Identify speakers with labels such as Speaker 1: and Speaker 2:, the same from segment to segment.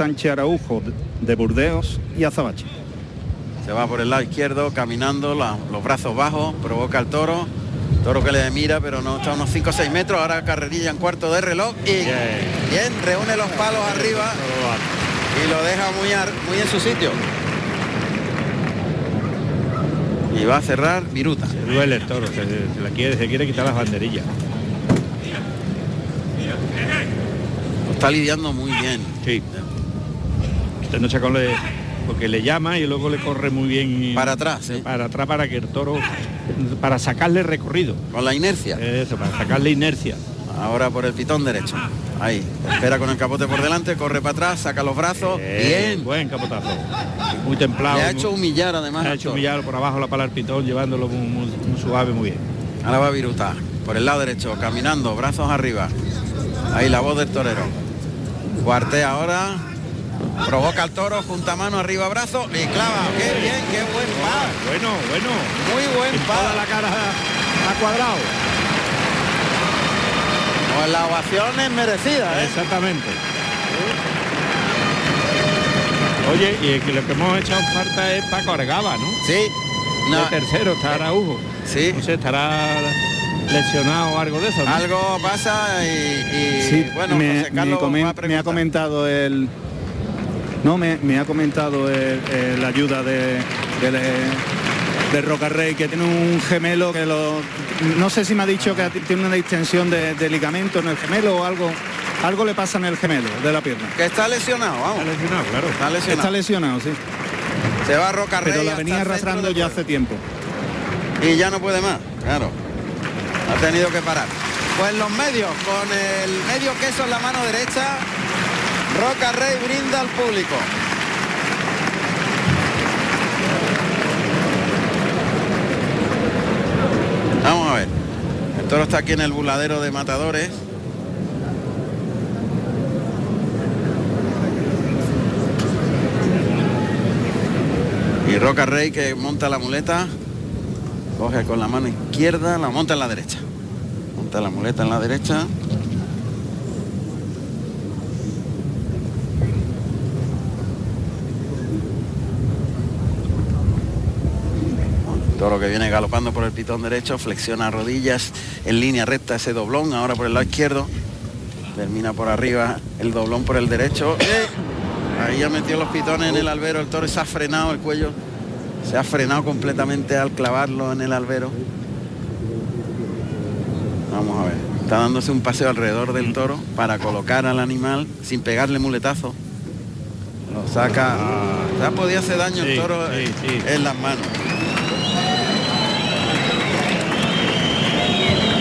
Speaker 1: Sánchez Araujo de Burdeos y Azabache.
Speaker 2: Se va por el lado izquierdo caminando, la- los brazos bajos, provoca al toro. Toro que le mira, pero no está a unos 5 o 6 metros. Ahora carrerilla en cuarto de reloj y bien, reúne los palos arriba y lo deja muy, ar- muy en su sitio. Y va a cerrar Viruta.
Speaker 3: Se duele el toro, se, se la quiere, se quiere quitar las banderillas.
Speaker 2: Lo está lidiando muy bien.
Speaker 3: Sí. Quitándose con le- porque le llama y luego le corre muy bien. y-
Speaker 2: Para atrás, ¿eh?
Speaker 3: Para atrás para que el toro. Para sacarle recorrido.
Speaker 2: Con la inercia.
Speaker 3: Eso, para sacarle inercia.
Speaker 2: Ahora por el pitón derecho. Ahí. Espera con el capote por delante, corre para atrás, saca los brazos. Bien.
Speaker 3: Buen capotazo. Muy templado.
Speaker 2: Le ha
Speaker 3: muy-
Speaker 2: hecho humillar además.
Speaker 3: ha
Speaker 2: al
Speaker 3: hecho
Speaker 2: toro.
Speaker 3: humillar por abajo la pala al pitón, llevándolo muy, muy- muy suave, muy bien.
Speaker 2: Ahora va Viruta, por el lado derecho, caminando, brazos arriba. Ahí la voz del torero. Cuartea ahora, provoca al toro, junta mano arriba, brazo y clava. ¡Qué bien, qué buen par!
Speaker 3: Bueno, bueno.
Speaker 2: Muy buen
Speaker 3: Empada la
Speaker 2: par.
Speaker 3: cara a cuadrado.
Speaker 2: Pues la ovación es merecida, ¿eh?
Speaker 3: Exactamente. Oye, y el que lo que hemos echado falta es Paco Argaba, ¿no?
Speaker 2: Sí. No,
Speaker 3: El tercero está Araujo.
Speaker 2: sí.
Speaker 3: No sé, estará lesionado o algo de eso. ¿no?
Speaker 2: Algo pasa y, y,
Speaker 1: Sí,
Speaker 2: Eh, bueno,
Speaker 1: me,
Speaker 2: José Carlos
Speaker 1: me
Speaker 2: va a
Speaker 1: comen- me ha
Speaker 2: preguntar.
Speaker 1: comentado el... No, me, me ha comentado el- el- la ayuda de, de, le- de Rocarrey, que tiene un gemelo que lo... No sé si me ha dicho que ti- tiene una distensión de, de ligamento en el gemelo o algo. Algo le pasa en el gemelo de la pierna.
Speaker 2: Que está lesionado,
Speaker 3: Está
Speaker 2: vamos.
Speaker 3: lesionado, claro.
Speaker 2: Está lesionado.
Speaker 1: Está lesionado, sí.
Speaker 2: Se va Rocarrey.
Speaker 1: Pero la
Speaker 2: hasta
Speaker 1: venía
Speaker 2: el centro
Speaker 1: arrastrando
Speaker 2: del
Speaker 1: ya
Speaker 2: pueblo.
Speaker 1: hace tiempo.
Speaker 2: y ya no puede más, claro. Ha tenido que parar. Pues los medios, con el medio queso en la mano derecha, Roca Rey brinda al público. Vamos a ver. El toro está aquí en el buladero de matadores. Y Roca Rey que monta la muleta. Coge con la mano izquierda, la monta en la derecha. Monta la muleta en la derecha. Toro que viene galopando por el pitón derecho, flexiona rodillas en línea recta ese doblón, ahora por el lado izquierdo. Termina por arriba el doblón por el derecho. ¡Eh! Ahí ha metido los pitones en el albero, el toro se ha frenado el cuello. Se ha frenado completamente al clavarlo en el albero. Vamos a ver. Está dándose un paseo alrededor
Speaker 3: Mm.
Speaker 2: del toro para colocar al animal sin pegarle muletazo. Lo saca. Ya podía hacer daño el
Speaker 3: Sí,
Speaker 2: toro
Speaker 3: sí,
Speaker 2: eh,
Speaker 3: sí.
Speaker 2: en las manos.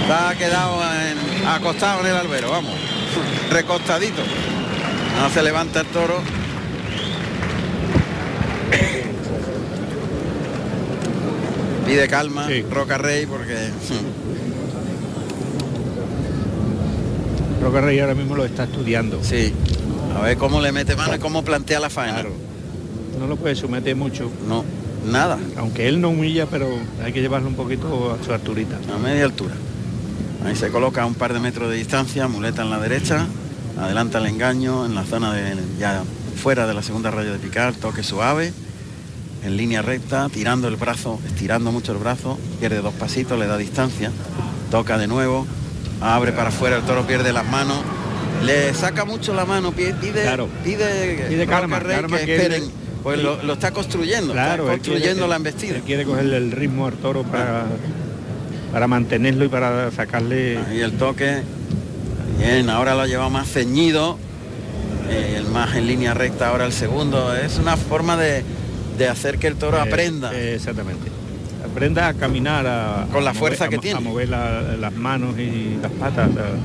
Speaker 2: Está quedado en- acostado en el albero, vamos. Recostadito. No se levanta el toro. Pide calma,
Speaker 3: Sí.
Speaker 2: Roca Rey, porque
Speaker 3: Roca Rey ahora mismo lo está estudiando.
Speaker 2: sí. A ver cómo le mete mano y cómo plantea la faena.
Speaker 3: Claro. No lo puede someter mucho.
Speaker 2: No, nada,
Speaker 3: Aunque él no humilla, pero hay que llevarlo un poquito a su alturita.
Speaker 2: a media altura. Ahí se coloca a un par de metros de distancia, muleta en la derecha, adelanta el engaño en la zona de ya fuera de la segunda raya de picar, toque suave, en línea recta, tirando el brazo, estirando mucho el brazo, pierde dos pasitos, le da distancia, toca de nuevo, abre para afuera, el toro pierde las manos, le saca mucho la mano, pide, pide,
Speaker 3: Claro.
Speaker 2: pide,
Speaker 3: Pide
Speaker 2: Roca
Speaker 3: calma,
Speaker 2: Rey
Speaker 3: calma,
Speaker 2: que
Speaker 3: que él-
Speaker 2: esperen, pues lo, lo está construyendo, está
Speaker 3: él quiere-
Speaker 2: construyendo la
Speaker 3: él-
Speaker 2: embestida.
Speaker 3: él quiere cogerle el ritmo al toro para, para mantenerlo y para sacarle.
Speaker 2: Ahí el toque. Bien, ahora lo lleva más ceñido. eh, el más en línea recta ahora el segundo. Es una forma de, de hacer que el toro
Speaker 3: eh,
Speaker 2: aprenda.
Speaker 3: eh, exactamente. Aprenda a caminar a,
Speaker 2: Con la
Speaker 3: a mover-
Speaker 2: fuerza
Speaker 3: a
Speaker 2: que
Speaker 3: mo-
Speaker 2: tiene.
Speaker 3: A mover la- las manos y las patas. a-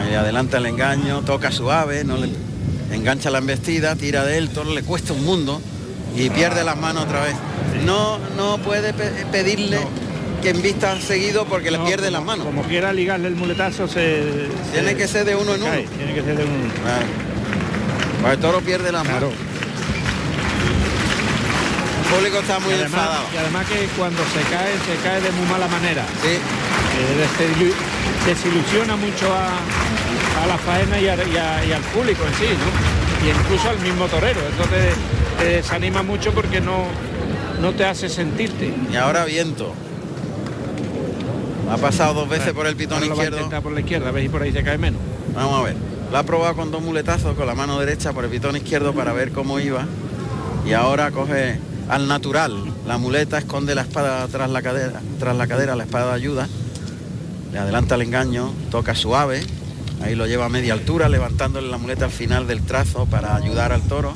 Speaker 2: Ahí adelanta el engaño, toca suave, no le engancha la embestida, tira de él, el toro le cuesta un mundo y pierde las manos otra vez. No, no puede pe- pedirle que invista seguido porque le
Speaker 3: No,
Speaker 2: pierde
Speaker 3: como-
Speaker 2: las manos.
Speaker 3: Como quiera ligarle el muletazo se.
Speaker 2: Tiene
Speaker 3: se-
Speaker 2: que ser de uno en uno.
Speaker 3: cae, Tiene que ser de uno en uno.
Speaker 2: Claro. Pues el toro pierde las
Speaker 3: Claro.
Speaker 2: manos. El público está muy
Speaker 3: y, además,
Speaker 2: enfadado.
Speaker 3: y además que cuando se cae, se cae de muy mala manera.
Speaker 2: Sí.
Speaker 3: Eh, desilu- desilusiona mucho a, a la faena y, a- y a- y al público en sí, ¿no? y incluso al mismo torero. Entonces te desanima mucho porque no, no te hace sentirte.
Speaker 2: Y ahora viento. Ha pasado dos veces por el pitón
Speaker 3: Ahora lo va a
Speaker 2: izquierdo.
Speaker 3: intentar por la izquierda, a ver si por ahí se cae menos.
Speaker 2: Vamos a ver. La ha probado con dos muletazos con la mano derecha por el pitón izquierdo para ver cómo iba. Y ahora coge al natural. La muleta esconde la espada tras la cadera, tras la cadera, la espada ayuda. Le adelanta el engaño, toca suave. Ahí lo lleva a media altura, levantándole la muleta al final del trazo para ayudar al toro.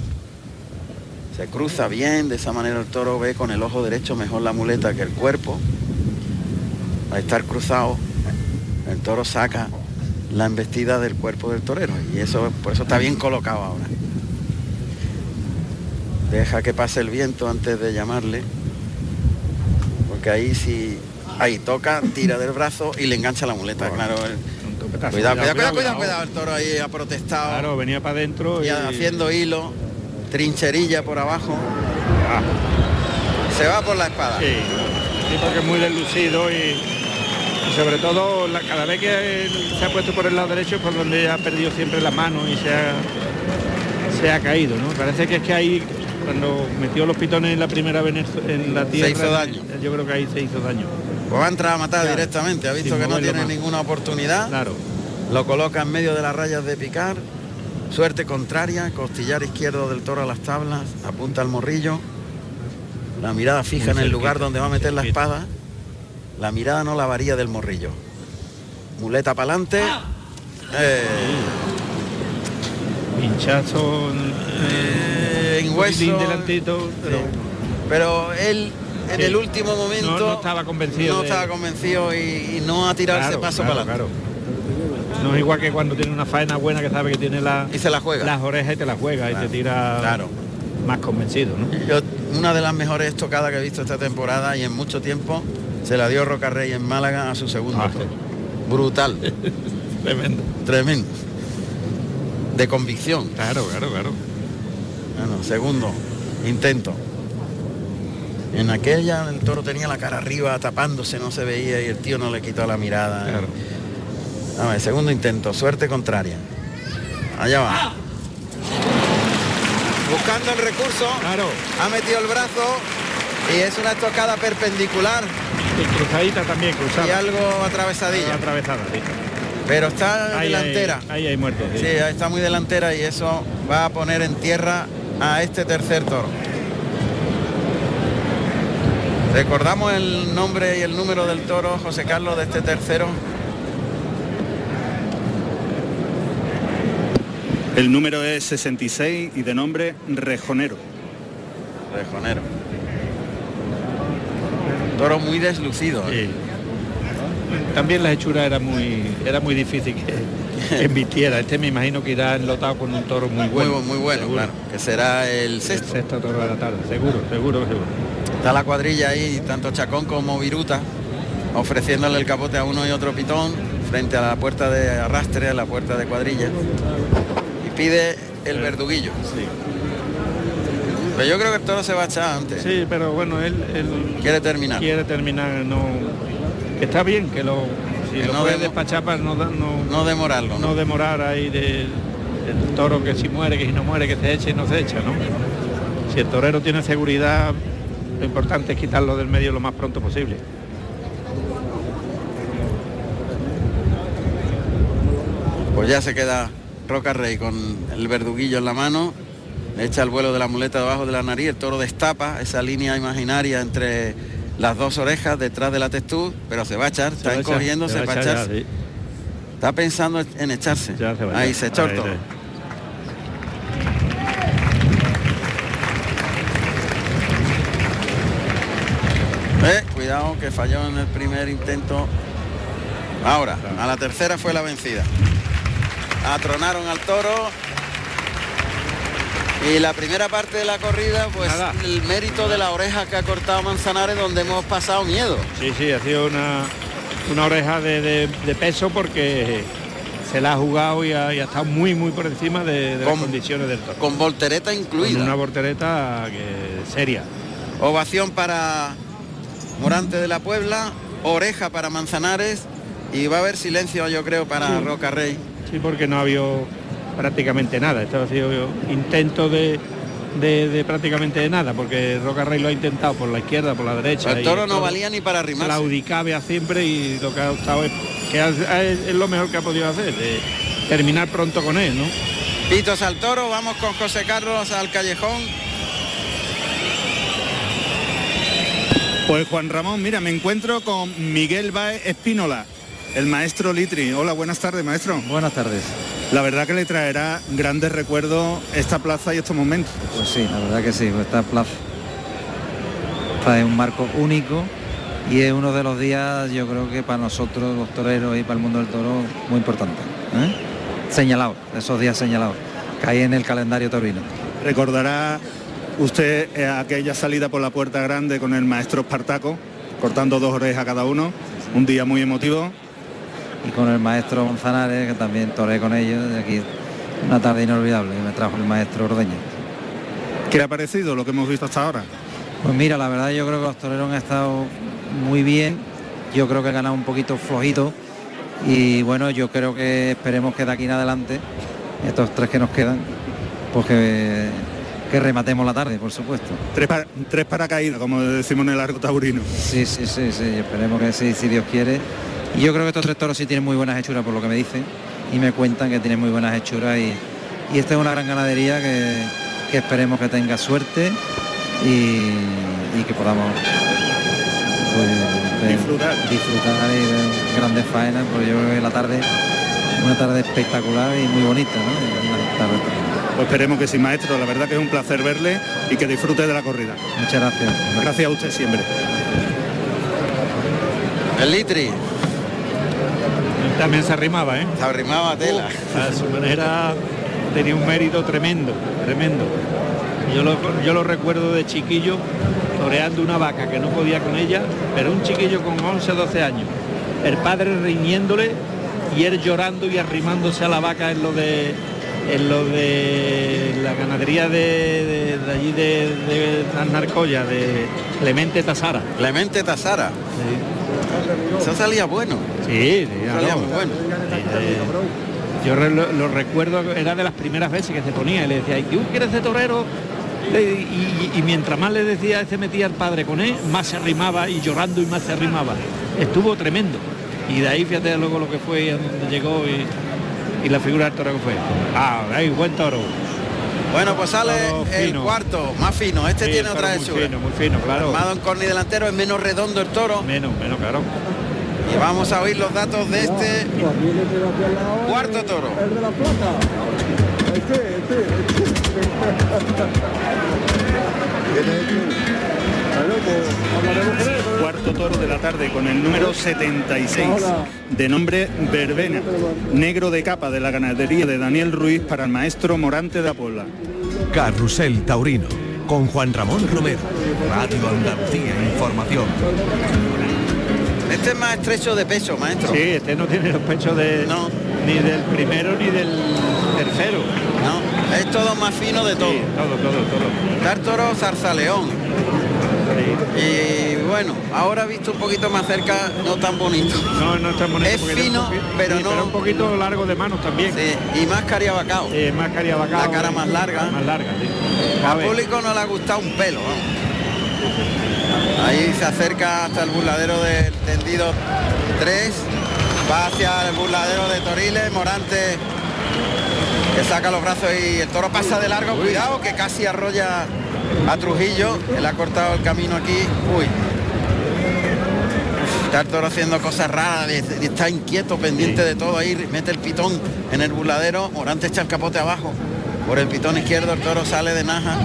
Speaker 2: Se cruza bien, de esa manera el toro ve con el ojo derecho mejor la muleta que el cuerpo. Al estar cruzado, el toro saca la embestida del cuerpo del torero y eso por eso está bien colocado ahora. Deja que pase el viento antes de llamarle, porque ahí si ahí toca, tira del brazo y le engancha la muleta, claro. el-
Speaker 3: Un topetazo.
Speaker 2: cuidado, cuidado, cuidado, cuidado, cuidado, el toro ahí ha protestado
Speaker 3: Claro, venía para adentro
Speaker 2: y
Speaker 3: y,
Speaker 2: haciendo hilo, trincherilla por abajo,
Speaker 3: Ah,
Speaker 2: se va por la espada.
Speaker 3: sí. Sí, porque es muy deslucido y, y sobre todo la- cada vez que él se ha puesto por el lado derecho es por donde ha perdido siempre la mano y se ha, se ha caído, ¿no? Parece que es que ahí cuando metió los pitones en la primera Venez- en la tierra eh,
Speaker 2: hizo daño.
Speaker 3: yo creo que ahí se hizo daño.
Speaker 2: Pues va a entrar a matar directamente, ha visto
Speaker 3: Sin
Speaker 2: que no
Speaker 3: moverlo
Speaker 2: tiene
Speaker 3: más.
Speaker 2: ninguna oportunidad.
Speaker 3: Claro.
Speaker 2: Lo coloca en medio de las rayas de picar. Suerte contraria, costillar izquierdo del toro a las tablas, apunta al morrillo. La mirada fija
Speaker 3: Muy
Speaker 2: en el
Speaker 3: cerquita,
Speaker 2: lugar donde va a
Speaker 3: muy
Speaker 2: meter la
Speaker 3: cerquita.
Speaker 2: espada. La mirada no la varía del morrillo. Muleta Eh, para adelante.
Speaker 3: Pinchazo eh,
Speaker 2: en
Speaker 3: un poquitín
Speaker 2: hueso.
Speaker 3: delantito, pero
Speaker 2: pero él en
Speaker 3: Sí.
Speaker 2: el último momento
Speaker 3: No- no estaba convencido
Speaker 2: no
Speaker 3: de-
Speaker 2: estaba convencido y, y no ha tirado ese
Speaker 3: Claro,
Speaker 2: paso
Speaker 3: claro,
Speaker 2: para adelante.
Speaker 3: claro. No es igual que cuando tiene una faena buena que sabe que tiene la-
Speaker 2: Y se la juega.
Speaker 3: las orejas y te las juega
Speaker 2: Claro,
Speaker 3: y te tira
Speaker 2: claro.
Speaker 3: más convencido, ¿no?
Speaker 2: Yo- una de las mejores estocadas que he visto esta temporada y en mucho tiempo se la dio Roca Rey en Málaga a su segundo.
Speaker 3: Ah,
Speaker 2: toro. Brutal,
Speaker 3: Tremendo.
Speaker 2: tremendo. De convicción.
Speaker 3: Claro, claro, claro.
Speaker 2: Bueno, segundo intento. En aquella el toro tenía la cara arriba tapándose, no se veía y el tío no le quitó la mirada.
Speaker 3: Claro.
Speaker 2: A ver, segundo intento, suerte contraria. Allá va. Buscando el recurso,
Speaker 3: Claro.
Speaker 2: ha metido el brazo y es una estocada perpendicular
Speaker 3: Y cruzadita también,
Speaker 2: y
Speaker 3: cruzada.
Speaker 2: algo atravesadilla.
Speaker 3: Atravesada, sí.
Speaker 2: Pero está
Speaker 3: Ah. Ahí hay-
Speaker 2: delantera.
Speaker 3: Ahí hay muertos. sí.
Speaker 2: Sí, está muy delantera y eso va a poner en tierra a este tercer toro. Recordamos el nombre y el número del toro José Carlos de este tercero.
Speaker 1: El número es 66 y de nombre Rejonero.
Speaker 2: Rejonero. Toro muy deslucido. ¿eh?
Speaker 3: Sí. También la hechura era muy era muy difícil que, que embistiera. Este me imagino que irá enlotado con un toro muy bueno.
Speaker 2: muy, bu- muy bueno,
Speaker 3: seguro.
Speaker 2: claro. Que será el
Speaker 3: El
Speaker 2: sexto.
Speaker 3: sexto toro de la tarde, seguro, seguro, seguro.
Speaker 2: Está la cuadrilla ahí, tanto Chacón como Viruta, ofreciéndole el capote a uno y otro pitón frente a la puerta de arrastre, a la puerta de cuadrilla. Y pide el verduguillo. Pero yo creo que el toro se va a echar antes.
Speaker 3: Sí, pero bueno, él, él
Speaker 2: Quiere terminar.
Speaker 3: quiere terminar, no. que está bien que lo. Si
Speaker 2: Que
Speaker 3: lo
Speaker 2: no
Speaker 3: puede
Speaker 2: demo-
Speaker 3: despachar para no, da- no,
Speaker 2: No demorarlo. ¿no?
Speaker 3: no demorar ahí de- del toro que si muere, que si no muere, que se eche y no se echa, ¿no? Si el torero tiene seguridad, lo importante es quitarlo del medio lo más pronto posible.
Speaker 2: Pues ya se queda Roca Rey con el verduguillo en la mano. Le echa el vuelo de la muleta debajo de la nariz. El toro destapa esa línea imaginaria entre las dos orejas detrás de la testud, pero se va a echar.
Speaker 3: Se va
Speaker 2: Está
Speaker 3: a echar-
Speaker 2: encogiendo, se va a echar.
Speaker 3: ya, sí.
Speaker 2: Está pensando en echarse.
Speaker 3: Ya se va,
Speaker 2: Ahí
Speaker 3: ya.
Speaker 2: se echó el
Speaker 3: Ahí,
Speaker 2: toro.
Speaker 3: ahí.
Speaker 2: Eh, cuidado que falló en el primer intento. Ahora, a la tercera fue la vencida. Atronaron al toro. Y la primera parte de la corrida, pues
Speaker 3: Nada.
Speaker 2: el mérito de la oreja que ha cortado Manzanares donde hemos pasado miedo.
Speaker 3: Sí, sí, ha sido una, una oreja de, de- de peso porque se la ha jugado y ha, y ha estado muy, muy por encima de, de las
Speaker 2: Con-
Speaker 3: condiciones del toro.
Speaker 2: Con voltereta
Speaker 3: Con
Speaker 2: incluida.
Speaker 3: una portereta que, seria.
Speaker 2: Ovación para Morante de la Puebla, oreja para Manzanares y va a haber silencio yo creo para Roca Rey.
Speaker 3: Sí, porque no ha habido prácticamente nada. Esto ha sido intento de, de, de prácticamente de nada, porque Roca Rey lo ha intentado por la izquierda, por la derecha.
Speaker 2: Pero el toro no valía ni para arrimarse.
Speaker 3: La Udicabea siempre y lo que ha optado es que ha- ha- es lo mejor que ha podido hacer, de terminar pronto con él, ¿no?
Speaker 2: Pitos al toro, vamos con José Carlos al callejón.
Speaker 1: Pues Juan Ramón, mira, me encuentro con Miguel Baez Espínola, el maestro Litri. Hola, buenas tardes, maestro.
Speaker 4: Buenas tardes.
Speaker 1: La verdad que le traerá grandes recuerdos esta plaza y estos momentos.
Speaker 4: Pues sí, la verdad que sí, pues esta plaza esta es un marco único y es uno de los días, yo creo que para nosotros los toreros y para el mundo del toro, muy importante. ¿eh? Señalado, esos días señalados, que hay en el calendario taurino.
Speaker 1: Recordará usted eh, aquella salida por la puerta grande con el maestro Espartaco, cortando dos orejas a cada uno. Un día muy emotivo.
Speaker 4: Y con el maestro Gonzanares, que también toré con ellos, de aquí una tarde inolvidable, que me trajo el maestro Ordeña.
Speaker 1: ¿Qué le ha parecido lo que hemos visto hasta ahora?
Speaker 4: Pues mira, la verdad yo creo que los toreros han estado muy bien. Yo creo que han ganado un poquito flojito. Y bueno, yo creo que esperemos que de aquí en adelante, estos tres que nos quedan, pues que, que rematemos la tarde, por supuesto.
Speaker 1: Tres, para- tres paracaídas, como decimos en el arco taurino.
Speaker 4: Sí, sí, sí, sí. Esperemos que sí, si Dios quiere. Y yo creo que estos tres toros sí tienen muy buenas hechuras, por lo que me dicen. Y me cuentan que tienen muy buenas hechuras. Y, y esta es una gran ganadería que, que esperemos que tenga suerte y, y que podamos pues, ver-
Speaker 1: Disfrutar.
Speaker 4: disfrutar y ver grandes faenas. Porque yo creo que la tarde, una tarde espectacular y muy bonita, ¿no? Una tarde-
Speaker 1: Pues esperemos que sí, maestro. La verdad que es un placer verle y que disfrute de la corrida.
Speaker 4: Muchas gracias.
Speaker 1: Gracias a usted siempre.
Speaker 2: El litri,
Speaker 3: Él también se arrimaba, ¿eh?
Speaker 2: se arrimaba tela.
Speaker 3: a su manera tenía un mérito tremendo, tremendo. Yo lo, yo lo recuerdo de chiquillo toreando una vaca que no podía con ella, pero un chiquillo con 11, 12 años. El padre riñéndole y él llorando y arrimándose a la vaca en lo de en lo de la ganadería de, de- de allí de, de las Narcollas, de Clemente Tasara.
Speaker 2: Clemente Tazara, eso salía bueno.
Speaker 3: Sí, sí, ya
Speaker 2: Salía
Speaker 3: no.
Speaker 2: muy bueno.
Speaker 3: Eh, yo re- lo, lo recuerdo, era de las primeras veces que se ponía y le decía, "Ay, ¿tú quieres ser torero? Le- Y, y- y mientras más le decía, se metía el padre con él, más se arrimaba y llorando y más se arrimaba. Estuvo tremendo. Y de ahí fíjate luego lo que fue y a dónde llegó y, y la figura del toro que fue. Ah, ahí buen toro.
Speaker 2: Bueno, pues sale
Speaker 3: Toro
Speaker 2: el
Speaker 3: fino.
Speaker 2: cuarto, más fino. Este
Speaker 3: Sí,
Speaker 2: tiene
Speaker 3: el toro
Speaker 2: otra
Speaker 3: Muy
Speaker 2: hechura.
Speaker 3: fino, muy fino, claro.
Speaker 2: Armado en corni delantero, es menos redondo el toro.
Speaker 3: Menos, menos, claro.
Speaker 2: Y vamos a oír los datos de este cuarto toro.
Speaker 5: El de la plata. Este, este, este. Claro, pues, hablaremos con él, pero-
Speaker 1: Cuarto toro de la tarde con el número 76 de nombre Verbena, negro de capa de la ganadería de Daniel Ruiz para el maestro Morante de la Puebla.
Speaker 6: Carrusel Taurino con Juan Ramón Romero. Radio Andalucía Información.
Speaker 2: Este es más estrecho de peso, maestro.
Speaker 3: Sí, este no tiene los pechos de,
Speaker 2: No.
Speaker 3: ni del primero ni del tercero.
Speaker 2: No, es todo más fino de todo.
Speaker 3: Sí, todo, todo, todo.
Speaker 2: Está el toro zarzaleón. Y bueno, ahora visto un poquito más cerca, no tan bonito.
Speaker 3: No, no está bonito.
Speaker 2: Es
Speaker 3: porque tiene
Speaker 2: fino,
Speaker 3: un poquito-
Speaker 2: pero
Speaker 3: sí,
Speaker 2: no-
Speaker 3: un poquito largo de manos también.
Speaker 2: Sí, y más cariabacao.
Speaker 3: Eh, más cariabacao.
Speaker 2: La cara más larga.
Speaker 3: eh,
Speaker 2: Eh,
Speaker 3: Más larga, sí. A
Speaker 2: Al
Speaker 3: ver,
Speaker 2: público no le ha gustado un pelo. vamos. Ahí se acerca hasta el burladero del tendido 3. Va hacia el burladero de Toriles. Morante que saca los brazos y el toro pasa de largo. Cuidado que casi arrolla a Trujillo. Que le ha cortado el camino aquí. Uy. Está el toro haciendo cosas raras, y- y está inquieto, pendiente de todo ahí, mete el pitón en el burladero, Morante echa el capote abajo. Por el pitón izquierdo el toro sale de naja.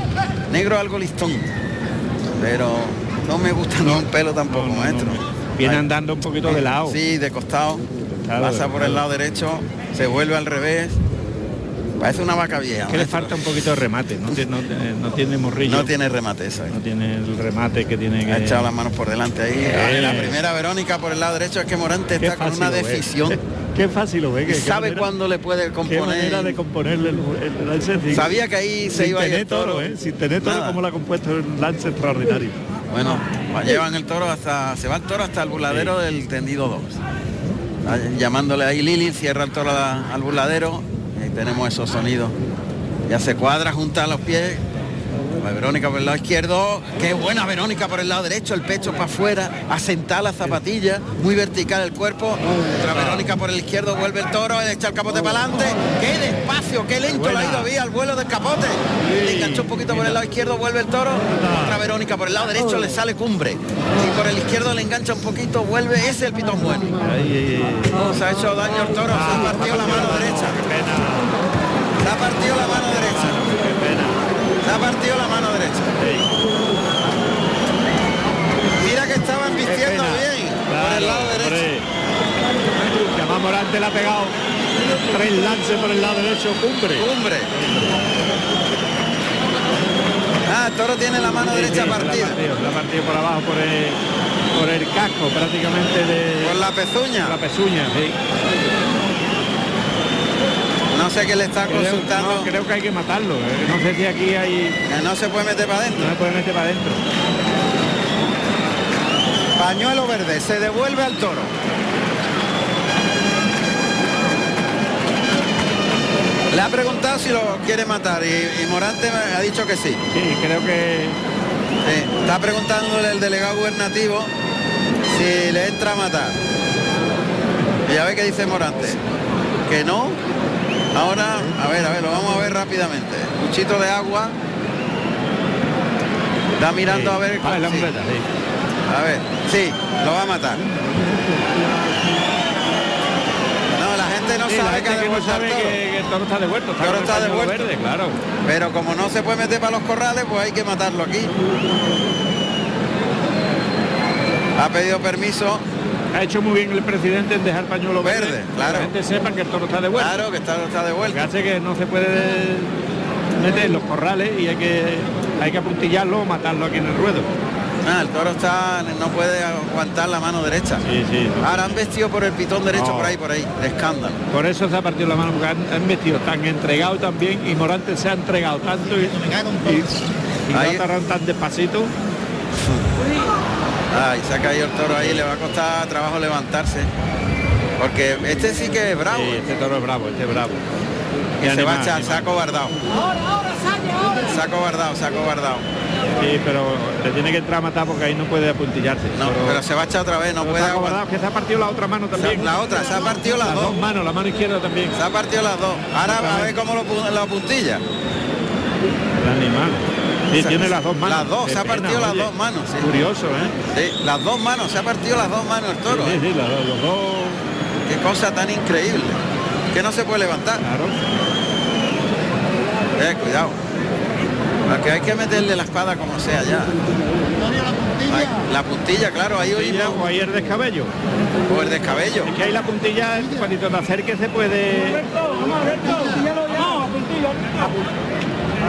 Speaker 2: Negro algo listón. Pero no me gusta ni un pelo
Speaker 3: no,
Speaker 2: tampoco,
Speaker 3: no, no.
Speaker 2: maestro.
Speaker 3: Viene
Speaker 2: Ahí.
Speaker 3: andando un poquito de lado.
Speaker 2: Sí, de costado.
Speaker 3: Claro,
Speaker 2: pasa por
Speaker 3: claro.
Speaker 2: el lado derecho, se vuelve al revés. Parece una vaca vieja.
Speaker 3: Que le
Speaker 2: maestro.
Speaker 3: falta un poquito de remate. No, tiene- no, eh, no tiene morrillo.
Speaker 2: No tiene remate eso. ahí.
Speaker 3: No tiene el remate que tiene que.
Speaker 2: Ha echado las manos por delante ahí.
Speaker 3: Eh.
Speaker 2: La primera Verónica por el lado derecho es que Morante
Speaker 3: Qué
Speaker 2: está con
Speaker 3: fácil
Speaker 2: una
Speaker 3: lo ve.
Speaker 2: decisión.
Speaker 3: Qué fácil lo ve. que-
Speaker 2: Y
Speaker 3: qué
Speaker 2: sabe
Speaker 3: manera-
Speaker 2: cuándo le puede
Speaker 3: Qué manera de
Speaker 2: componer.
Speaker 3: componerle el, el lance. sin-
Speaker 2: Sabía que ahí se
Speaker 3: sin
Speaker 2: iba a ir
Speaker 3: tener
Speaker 2: el toro.
Speaker 3: toro, ¿eh? Sin tener toro
Speaker 2: Nada.
Speaker 3: como lo ha compuesto un lance extraordinario.
Speaker 2: Bueno, llevan el toro hasta. Se va el toro hasta el burladero del tendido 2. Llamándole ahí Lili, cierra el toro a- al burladero. Y ahí tenemos esos sonidos. Ya se cuadra, junta los pies. Va Verónica por el lado izquierdo. Qué buena Verónica por el lado derecho, el pecho para afuera, asentar la zapatilla, muy vertical el cuerpo. Otra Verónica por el izquierdo, vuelve el toro, echa el capote para adelante. Qué despacio, qué lento le ha ido vía al vuelo del capote. Le enganchó un poquito por el lado izquierdo, vuelve el toro. Otra Verónica por el lado derecho le sale cumbre. Y por el izquierdo le engancha un poquito, vuelve ese es el pitón bueno. No, se ha hecho daño el toro, se ha partido la mano derecha. Se ha partido la mano derecha. Se ha partido la mano derecha. Mira que estaban vistiendo bien por el lado derecho.
Speaker 3: Llamá Morante le ha pegado tres lances por el lado derecho, cumbre.
Speaker 2: Cumbre. Ah, el toro tiene la mano derecha
Speaker 3: Sí, sí,
Speaker 2: partida.
Speaker 3: La partido, la partido por abajo, por el, por el casco prácticamente de
Speaker 2: Por la pezuña.
Speaker 3: la pezuña. sí.
Speaker 2: No sé qué le está
Speaker 3: Creo,
Speaker 2: consultando.
Speaker 3: no, creo que hay que matarlo. eh. No sé si aquí hay...
Speaker 2: Que no se puede meter para adentro.
Speaker 3: No se puede meter para adentro.
Speaker 2: Pañuelo verde, se devuelve al toro. Le ha preguntado si lo quiere matar y, y Morante ha dicho que sí.
Speaker 3: Sí, creo que...
Speaker 2: Sí, Está preguntándole el delegado gubernativo si le entra a matar. Y ya ve que dice Morante. Que no. Ahora, a ver, a ver, lo vamos a ver rápidamente. Cuchito de agua. Está mirando a ver.
Speaker 3: Ah, es la
Speaker 2: sí,
Speaker 3: muleta, sí.
Speaker 2: a ver, sí, lo va a matar. No, la gente no
Speaker 3: Sí, la
Speaker 2: sabe que ha
Speaker 3: gente que no
Speaker 2: devuelto al
Speaker 3: sabe que,
Speaker 2: toro.
Speaker 3: que el toro está devuelto. Está
Speaker 2: Toro
Speaker 3: con el
Speaker 2: está
Speaker 3: pañuelo
Speaker 2: devuelto.
Speaker 3: verde, claro.
Speaker 2: Pero como no se puede meter para los corrales, pues hay que matarlo aquí. Ha pedido permiso.
Speaker 3: Ha hecho muy bien el presidente en dejar pañuelo verde.
Speaker 2: Verde,
Speaker 3: que
Speaker 2: claro.
Speaker 3: La gente sepa que el toro está devuelto.
Speaker 2: Claro que está, está de
Speaker 3: Lo que
Speaker 2: vuelta.
Speaker 3: hace que no se puede meter en los corrales y hay que hay que apuntillarlo o matarlo aquí en el ruedo.
Speaker 2: Ah, el toro está, no puede aguantar la mano derecha.
Speaker 3: Sí, sí.
Speaker 2: Ahora han vestido por el pitón derecho,
Speaker 3: No.
Speaker 2: por ahí, por ahí. Escándalo.
Speaker 3: Por eso se ha partido la mano, porque han, han vestido tan entregado también y Morante se ha entregado tanto y, y, y lo
Speaker 2: Ahí-
Speaker 3: atarran tan despacito.
Speaker 2: Ay, se ha caído el toro ahí, le va a costar trabajo levantarse. Porque este sí que es bravo.
Speaker 3: Sí, este toro es bravo, este es bravo.
Speaker 2: Que
Speaker 3: Y
Speaker 2: se va
Speaker 3: anima,
Speaker 2: a echar,
Speaker 3: anima.
Speaker 2: se ha cobardado. Se ha cobardado, se ha cobardado.
Speaker 3: Sí, pero le tiene que entrar a matar porque ahí no puede apuntillarse.
Speaker 2: No, pero se va a echar otra vez, no
Speaker 3: pero
Speaker 2: puede
Speaker 3: se ha cobrado,
Speaker 2: aguantar.
Speaker 3: que se ha partido la otra mano también.
Speaker 2: La otra, se ha partido las
Speaker 3: Las
Speaker 2: dos.
Speaker 3: dos manos, la mano izquierda también.
Speaker 2: Se ha partido las dos. Ahora a ver
Speaker 3: Exactamente.
Speaker 2: cómo lo, pu- la puntilla.
Speaker 3: El animal. Sí,
Speaker 2: Se-
Speaker 3: tiene las dos manos.
Speaker 2: las dos,
Speaker 3: Qué
Speaker 2: se ha
Speaker 3: pena,
Speaker 2: partido las
Speaker 3: oye.
Speaker 2: dos manos, sí.
Speaker 3: Curioso, ¿eh?
Speaker 2: Sí, las dos manos, se ha partido las dos manos el toro.
Speaker 3: Sí,
Speaker 2: ¿eh?
Speaker 3: sí, los, los dos,
Speaker 2: Qué cosa tan increíble. Que no se puede levantar.
Speaker 3: claro.
Speaker 2: Eh, cuidado. Porque hay que meterle la espada como sea ya. Ay, la puntilla, claro, ahí
Speaker 3: Sí, ya,
Speaker 2: oímos.
Speaker 3: o ahí el descabello.
Speaker 2: O el descabello.
Speaker 3: Es que ahí la puntilla, cuando te acerques, se puede...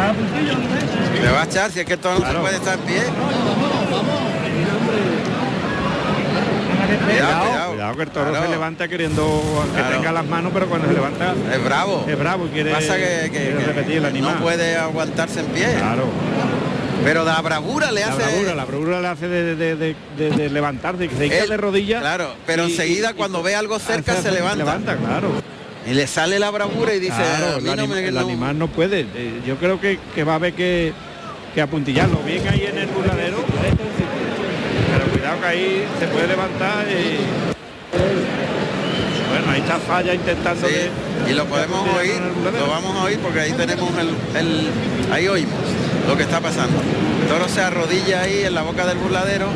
Speaker 3: Ah,
Speaker 2: Le va a echar, si es que el toro no se
Speaker 3: Claro.
Speaker 2: puede estar en pie.
Speaker 3: Cuidado,
Speaker 2: Cuidado, cuidado.
Speaker 3: cuidado que el toro
Speaker 2: Claro.
Speaker 3: se levanta queriendo que
Speaker 2: Claro.
Speaker 3: tenga las manos, pero cuando se levanta
Speaker 2: Es bravo.
Speaker 3: es bravo y quiere,
Speaker 2: Pasa que, que-
Speaker 3: quiere
Speaker 2: que
Speaker 3: repetir el animal.
Speaker 2: no puede aguantarse en pie.
Speaker 3: Claro,
Speaker 2: Pero la bravura le
Speaker 3: la
Speaker 2: hace.
Speaker 3: bravura, la bravura le hace de, de, de, de- de levantarse, que se hinca
Speaker 2: Él-
Speaker 3: de rodillas.
Speaker 2: Claro, pero
Speaker 3: y-
Speaker 2: enseguida
Speaker 3: y-
Speaker 2: cuando ve algo cerca
Speaker 3: hace-
Speaker 2: se levanta.
Speaker 3: levanta claro.
Speaker 2: Y le sale la bravura y dice,
Speaker 3: Claro,
Speaker 2: "Ah, a mí
Speaker 3: el,
Speaker 2: no
Speaker 3: anim-
Speaker 2: me-
Speaker 3: el
Speaker 2: no".
Speaker 3: animal no puede. Eh, Yo creo que, que va a haber que, que apuntillarlo. Bien ahí en el burladero. Pero cuidado que ahí se puede levantar y. Bueno, ahí está falla intentando.
Speaker 2: Sí,
Speaker 3: que-
Speaker 2: y lo
Speaker 3: que
Speaker 2: podemos
Speaker 3: apuntillarlo
Speaker 2: oír,
Speaker 3: en el burladero.
Speaker 2: lo vamos a oír porque ahí tenemos el, el- ahí oímos lo que está pasando. El toro se arrodilla ahí en la boca del burladero.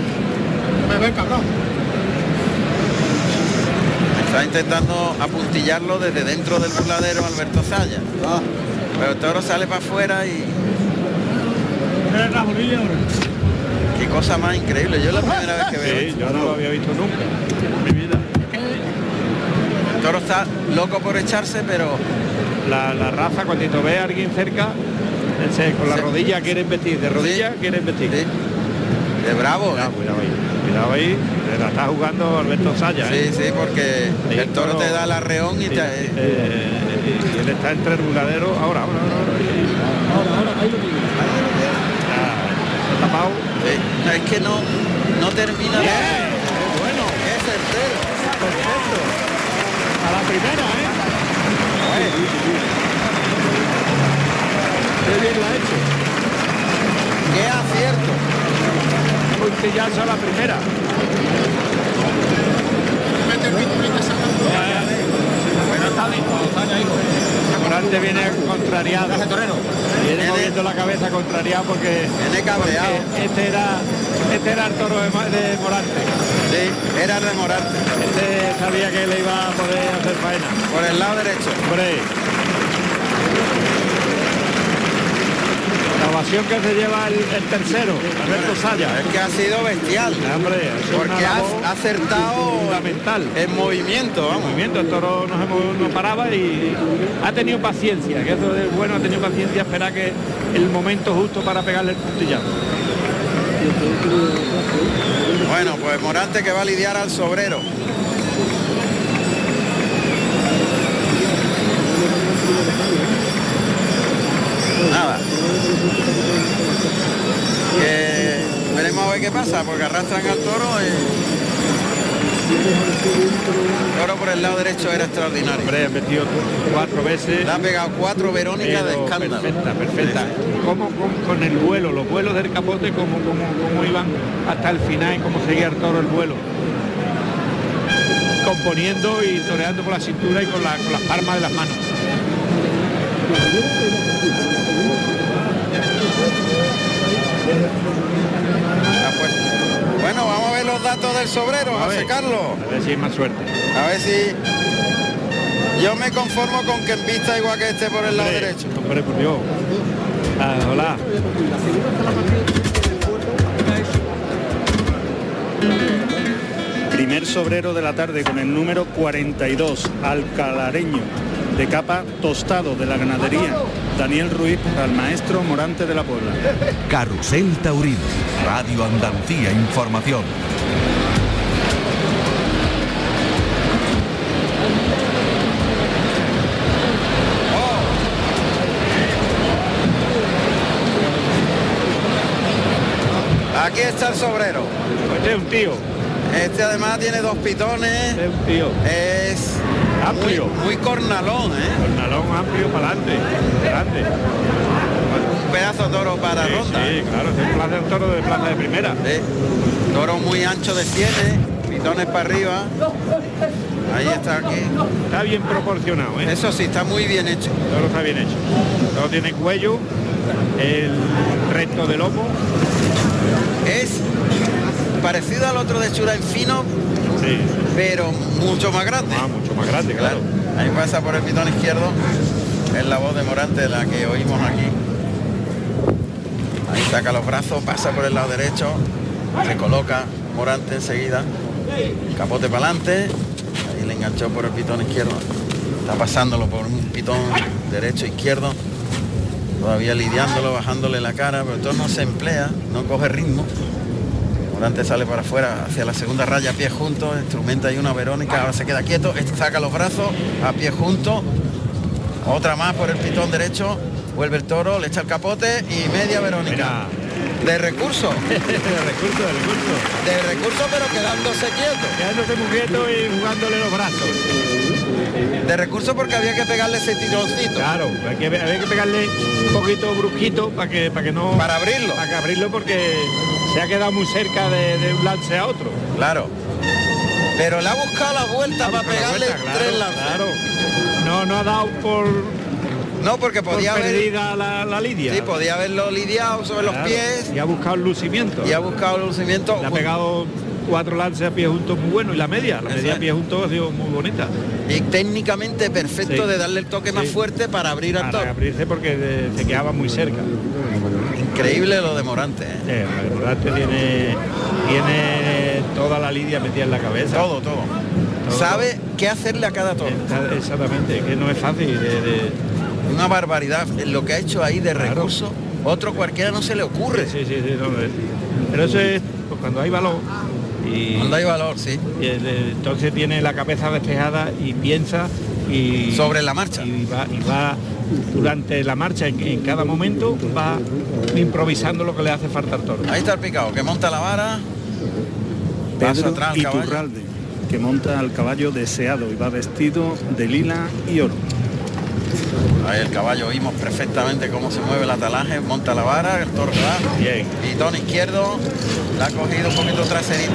Speaker 2: Está intentando apuntillarlo desde dentro del burladero Alberto Zaya. Pero el toro sale para afuera y. Qué cosa más increíble. Yo es la primera vez que veo.
Speaker 3: Sí,
Speaker 2: esto.
Speaker 3: yo no lo había visto nunca. en mi vida.
Speaker 2: El toro está loco por echarse, pero
Speaker 3: La, la raza, cuando ve a alguien cerca, ese- con la
Speaker 2: Sí.
Speaker 3: rodilla quieren vestir, de rodilla quieren vestir.
Speaker 2: Sí. De bravo. ¿eh?
Speaker 3: Cuidado, cuidado ahí. Cuidado ahí. se La está jugando Alberto Saya. ¿eh?
Speaker 2: ¿eh? Sí, sí, porque
Speaker 3: Sí,
Speaker 2: el toro
Speaker 3: toro-
Speaker 2: te da la reón y
Speaker 3: Sí,
Speaker 2: te.
Speaker 3: eh, y él está entre el burladero ahora, ahora, ahora. ahora,
Speaker 2: eh,
Speaker 3: Ya, se ha tapado.
Speaker 2: sí. eh, No, es que no, no termina de.
Speaker 3: bueno!
Speaker 2: Es certero.
Speaker 3: ¡Perfecto! A la primera, ¿eh?
Speaker 2: Oye,
Speaker 5: Qué bien la ha hecho.
Speaker 2: ¡Qué acierto!
Speaker 3: Puntillazo a la primera. Morante viene contrariado. Viene moviendo la cabeza contrariado porque
Speaker 2: Viene cabreado.
Speaker 3: este era, este era el toro de, Ma- de Morante.
Speaker 2: Sí, era remorante.
Speaker 3: Este sabía que le iba a poder hacer faena.
Speaker 2: Por el lado derecho.
Speaker 3: Hombre. La ovación que se lleva el, el tercero, Alberto Saya.
Speaker 2: Es que ha sido bestial.
Speaker 3: Hombre, ha sido una
Speaker 2: Porque ha
Speaker 3: labor
Speaker 2: ha acertado
Speaker 3: fundamental.
Speaker 2: en movimiento, vamos.
Speaker 3: movimiento, el toro nos, hemos- no paraba y ha tenido paciencia, que eso es bueno, ha tenido paciencia esperar que el momento justo para pegarle el puntillazo.
Speaker 2: Bueno, pues Morante que va a lidiar al sobrero. Nada. Que veremos a ver qué pasa, porque arrastran al toro y... El toro por el lado derecho era extraordinario.
Speaker 3: Hombre, ha metido cuatro veces.
Speaker 2: Le ha pegado cuatro Verónica de
Speaker 3: pero
Speaker 2: escándalo.
Speaker 3: perfecta, perfecta. Como con el vuelo, los vuelos del capote, como, como, como iban hasta el final y cómo seguía el toro el vuelo. Componiendo y toreando con la cintura y con, la- con las palmas de las manos.
Speaker 2: Ah, pues. Bueno, vamos a ver los datos del sobrero,
Speaker 3: A
Speaker 2: José
Speaker 3: ver.
Speaker 2: Carlos.
Speaker 3: A ver si hay más suerte.
Speaker 2: A ver si. Yo me conformo con que en pista igual que este por el lado
Speaker 3: Hombre,
Speaker 2: derecho.
Speaker 3: Hombre, por Dios. Ah, hola.
Speaker 1: Primer sobrero de la tarde con el número 42, alcalareño, de capa tostado de la ganadería, Daniel Ruiz, al maestro Morante de la Puebla.
Speaker 6: Carrusel Taurino, Radio Andalucía Información.
Speaker 2: Aquí está el sobrero.
Speaker 3: Este es un tío.
Speaker 2: Este además tiene dos
Speaker 3: Este
Speaker 2: pitones.
Speaker 3: es un tío.
Speaker 2: Es muy,
Speaker 3: Amplio.
Speaker 2: muy cornalón, ¿eh?
Speaker 3: Cornalón amplio para adelante. Grande.
Speaker 2: Un pedazo de toro para
Speaker 3: Sí,
Speaker 2: ronda. ¿eh?
Speaker 3: sí, claro. este Es un plaza- un toro de plaza de primera.
Speaker 2: Sí. Toro muy ancho de siete, pitones para arriba. Ahí está aquí.
Speaker 3: Está bien proporcionado, ¿eh?
Speaker 2: Eso sí, está muy bien hecho.
Speaker 3: Todo está bien hecho. Todo tiene cuello, el recto de lomo.
Speaker 2: Es parecido al otro de Chura en fino,
Speaker 3: Sí.
Speaker 2: pero mucho más grande.
Speaker 3: Ah, mucho más grande,
Speaker 2: Claro,
Speaker 3: claro.
Speaker 2: ahí pasa por el pitón izquierdo. Es la voz de Morante la que oímos aquí. Ahí saca los brazos, pasa por el lado derecho, se coloca Morante enseguida. Capote para adelante, ahí le enganchó por el pitón izquierdo. Está pasándolo por un pitón derecho izquierdo. Todavía lidiándolo, bajándole la cara, pero todo no se emplea, no coge ritmo. Morante sale para afuera hacia la segunda raya, pie junto, instrumenta ahí una Verónica, ahora se queda quieto, este saca los brazos, a pie junto, otra más por el pitón derecho, vuelve el toro, le echa el capote y media Verónica. De recurso,
Speaker 3: recurso, el recurso.
Speaker 2: de recurso pero quedándose quieto.
Speaker 3: Quedándose muy quieto y jugándole los brazos.
Speaker 2: De recurso porque había que pegarle ese tironcito
Speaker 3: Claro, hay que, había que pegarle un poquito brusquito para que, para que no...
Speaker 2: para abrirlo.
Speaker 3: Para que abrirlo porque se ha quedado muy cerca de, de un lance a otro.
Speaker 2: Claro. Pero le ha buscado la vuelta para
Speaker 3: Pero
Speaker 2: pegarle
Speaker 3: cuenta, claro,
Speaker 2: tres lances.
Speaker 3: claro. No, no ha dado por,
Speaker 2: No, porque
Speaker 3: por
Speaker 2: podía haber.
Speaker 3: perdida la, la lidia.
Speaker 2: Sí, podía haberlo lidiado sobre los
Speaker 3: Claro,
Speaker 2: pies
Speaker 3: Y ha buscado el lucimiento.
Speaker 2: y ha buscado el lucimiento.
Speaker 3: Le ha pegado cuatro lances a pie juntos muy bueno y la media, la
Speaker 2: Eso
Speaker 3: media a
Speaker 2: es.
Speaker 3: pie juntos ha sido muy bonita.
Speaker 2: Y técnicamente perfecto
Speaker 3: Sí.
Speaker 2: de darle el toque más
Speaker 3: Sí.
Speaker 2: fuerte para abrir al
Speaker 3: Para
Speaker 2: toro.
Speaker 3: abrirse porque de- se quedaba muy cerca.
Speaker 2: Increíble lo de Morante. ¿eh?
Speaker 3: Eh, el Morante tiene, tiene toda la lidia metida en la cabeza.
Speaker 2: Todo, todo.
Speaker 3: Todo.
Speaker 2: Sabe qué hacerle a cada toro.
Speaker 3: Está- exactamente, que no es fácil. de- de-
Speaker 2: Una barbaridad. Lo que ha hecho ahí de
Speaker 3: Claro.
Speaker 2: recurso, otro cualquiera no se le ocurre.
Speaker 3: sí, sí, sí, no, no es- pero eso es pues, cuando hay valor y,
Speaker 2: Cuando hay valor, sí.
Speaker 3: y el- el- entonces tiene la cabeza despejada y piensa y
Speaker 2: Sobre la marcha.
Speaker 3: y va, y va durante la marcha en, en cada momento va improvisando lo que le hace falta al toro.
Speaker 2: Ahí está el picado, que monta la vara. Paso
Speaker 1: Pedro
Speaker 2: atrás al caballo.
Speaker 1: Iturralde, que monta al caballo deseado y va vestido de lila y oro.
Speaker 2: Ahí el caballo vimos perfectamente cómo se mueve el atalaje, monta la vara, el toro va.
Speaker 3: Bien.
Speaker 2: Y tono izquierdo la ha cogido un poquito traserito.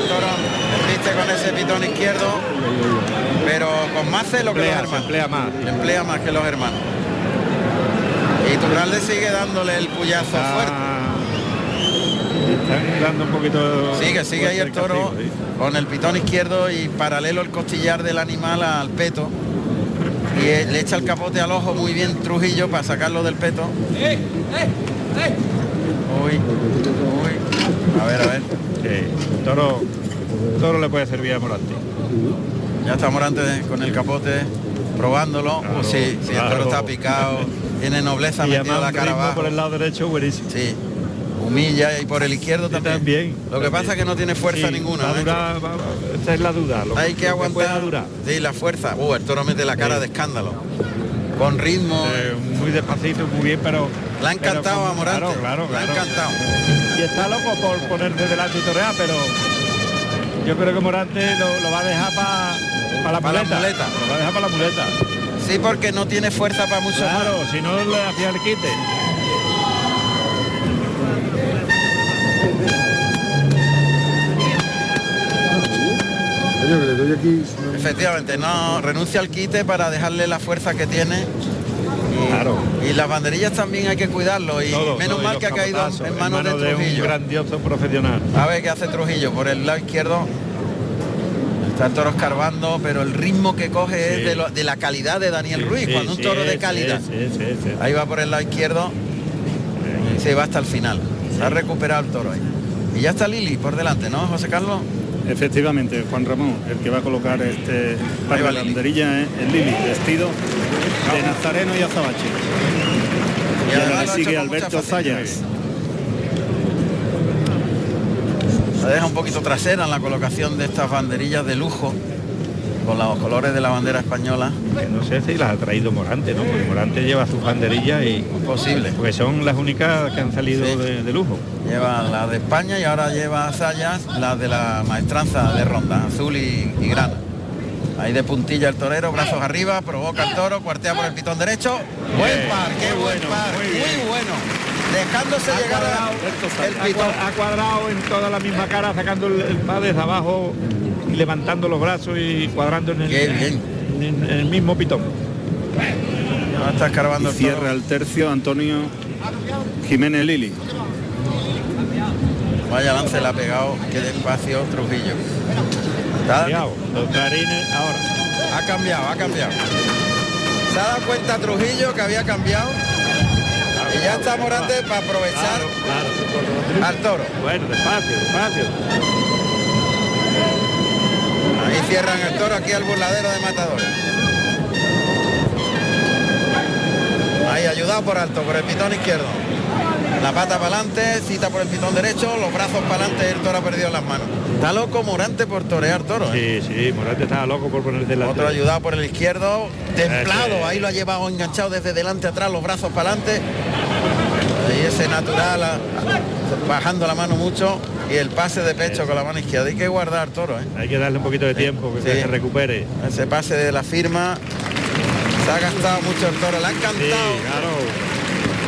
Speaker 2: El toro viste con ese pitón izquierdo, pero con más celo que los
Speaker 3: Emplea, se
Speaker 2: hermanos.
Speaker 3: emplea más.
Speaker 2: Le emplea más que los hermanos. Y Turralde sigue dándole el puyazo fuerte.
Speaker 3: Ah, está dando un poquito.
Speaker 2: Sigue, sigue ahí
Speaker 3: fuerte
Speaker 2: el toro
Speaker 3: castigo, ¿eh? sí.
Speaker 2: con el pitón izquierdo y paralelo el costillar del animal al peto. Y eh, le echa el capote al ojo muy bien Trujillo para sacarlo del peto. Uy, uy. A ver, a ver.
Speaker 3: Sí, el Toro, el toro le puede servir a Morante.
Speaker 2: Ya está Morante con el capote, probándolo.
Speaker 3: Claro,
Speaker 2: Uh, sí, sí, el
Speaker 3: claro.
Speaker 2: toro está picado. Tiene nobleza
Speaker 3: Y
Speaker 2: metido
Speaker 3: además
Speaker 2: la
Speaker 3: un
Speaker 2: cara
Speaker 3: ritmo
Speaker 2: abajo.
Speaker 3: por el lado derecho buenísimo.
Speaker 2: Sí. Humilla y por el izquierdo
Speaker 3: Sí,
Speaker 2: también.
Speaker 3: también,
Speaker 2: Lo que
Speaker 3: también.
Speaker 2: pasa es que no tiene fuerza
Speaker 3: Sí,
Speaker 2: ninguna.
Speaker 3: va a
Speaker 2: ¿eh?
Speaker 3: durar, va- va- esta es la duda. lo-
Speaker 2: Hay
Speaker 3: lo
Speaker 2: que aguantar.
Speaker 3: pueda durar.
Speaker 2: Sí, la fuerza. Uh, el toro mete la cara de escándalo. Con ritmo.
Speaker 3: Eh, muy despacito, muy bien, pero.
Speaker 2: Le ha encantado
Speaker 3: pero
Speaker 2: a
Speaker 3: con-
Speaker 2: Morante.
Speaker 3: Claro, claro,
Speaker 2: Le ha
Speaker 3: claro.
Speaker 2: encantado.
Speaker 3: Y está loco por ponerte delante y torear, pero yo creo que Morante lo, lo va a dejar para la
Speaker 2: Pa' la
Speaker 3: muleta.
Speaker 2: muleta.
Speaker 3: Lo va a dejar para la muleta.
Speaker 2: Sí, porque no tiene fuerza para mucho más.
Speaker 3: Claro, si no le hacía el quite.
Speaker 5: Coño, que le doy aquí.
Speaker 2: Efectivamente, no, renuncia al quite para dejarle la fuerza que tiene. Y,
Speaker 3: Claro.
Speaker 2: y las banderillas también hay que cuidarlo. Y
Speaker 3: Todo,
Speaker 2: menos
Speaker 3: todo, y
Speaker 2: mal
Speaker 3: los
Speaker 2: que ha caído
Speaker 3: capatazos,
Speaker 2: en manos de
Speaker 3: un
Speaker 2: Trujillo.
Speaker 3: grandioso profesional.
Speaker 2: A ver qué hace Trujillo por el lado izquierdo. Está el toro escarbando, pero el ritmo que coge
Speaker 3: Sí.
Speaker 2: es de, lo- de la calidad de Daniel
Speaker 3: Sí,
Speaker 2: Ruiz,
Speaker 3: sí,
Speaker 2: cuando un
Speaker 3: sí,
Speaker 2: toro de
Speaker 3: sí,
Speaker 2: calidad.
Speaker 3: sí, sí, sí.
Speaker 2: Ahí va por el lado izquierdo y se va hasta el final. Se ha recuperado el toro ahí. Y ya está Lili por delante, ¿no, José Carlos?
Speaker 1: Efectivamente, Juan Ramón, el que va a colocar este para
Speaker 2: va
Speaker 1: la
Speaker 2: Lili.
Speaker 1: banderilla es es Lili, vestido de nazareno y azabache. Y
Speaker 2: además
Speaker 1: ahora le
Speaker 2: lo ha
Speaker 1: sigue
Speaker 2: hecho con mucha
Speaker 1: Alberto
Speaker 2: facilidad.
Speaker 1: Zayas.
Speaker 2: La deja un poquito trasera en la colocación de estas banderillas de lujo con los colores de la bandera española.
Speaker 3: Que No sé si las ha traído Morante, ¿no? Porque Morante lleva sus banderillas y.
Speaker 2: Posible.
Speaker 3: Porque son las únicas que han salido
Speaker 2: Sí.
Speaker 3: de, de lujo.
Speaker 2: Lleva la de España y ahora lleva Zayas la de la maestranza de ronda, azul y, y grana. Ahí de puntilla el torero, brazos arriba, provoca el toro, cuartea por el pitón derecho. Buen par, qué
Speaker 3: muy
Speaker 2: buen
Speaker 3: bueno,
Speaker 2: par,
Speaker 3: muy
Speaker 2: muy,
Speaker 3: bien.
Speaker 2: bueno. Dejándose llegar
Speaker 3: cuadrado,
Speaker 2: al- el
Speaker 3: Ha
Speaker 2: pitón.
Speaker 3: cua- ha cuadrado en toda la misma cara, sacando el, el pa desde abajo y levantando los brazos y cuadrando en el,
Speaker 2: Qué bien.
Speaker 3: en- en el mismo pitón.
Speaker 2: Ahora está
Speaker 1: Y
Speaker 2: escarbando el toro.
Speaker 1: cierra el tercio Antonio Jiménez Lili.
Speaker 2: Vaya lance la ha pegado, qué despacio Trujillo. Está-
Speaker 3: Cuidado, los clarines ahora.
Speaker 2: ha cambiado, ha cambiado. Se ha dado cuenta Trujillo que había cambiado y ya está Morante para aprovechar
Speaker 3: Claro, claro.
Speaker 2: al toro.
Speaker 3: Bueno, despacio, despacio.
Speaker 2: Ahí cierran el toro aquí al burladero de Matadores. Ahí ayudado por alto, por el pitón izquierdo. La pata para adelante, cita por el pitón derecho, los brazos para adelante, el toro ha perdido las manos. Está loco Morante por torear toro. ¿eh?
Speaker 3: Sí, sí, Morante estaba loco por poner delante.
Speaker 2: Otro ayudado por el izquierdo, templado,
Speaker 3: Ese.
Speaker 2: ahí lo ha llevado enganchado desde delante atrás, los brazos para adelante. Ahí ese natural, a- a- bajando la mano mucho y el pase de pecho con la mano izquierda. Hay que guardar toro, ¿eh?
Speaker 3: Hay que darle un poquito de tiempo que
Speaker 2: Sí.
Speaker 3: se recupere.
Speaker 2: Ese pase de la firma. Se ha gastado mucho el toro, le ha encantado.
Speaker 3: Sí, claro.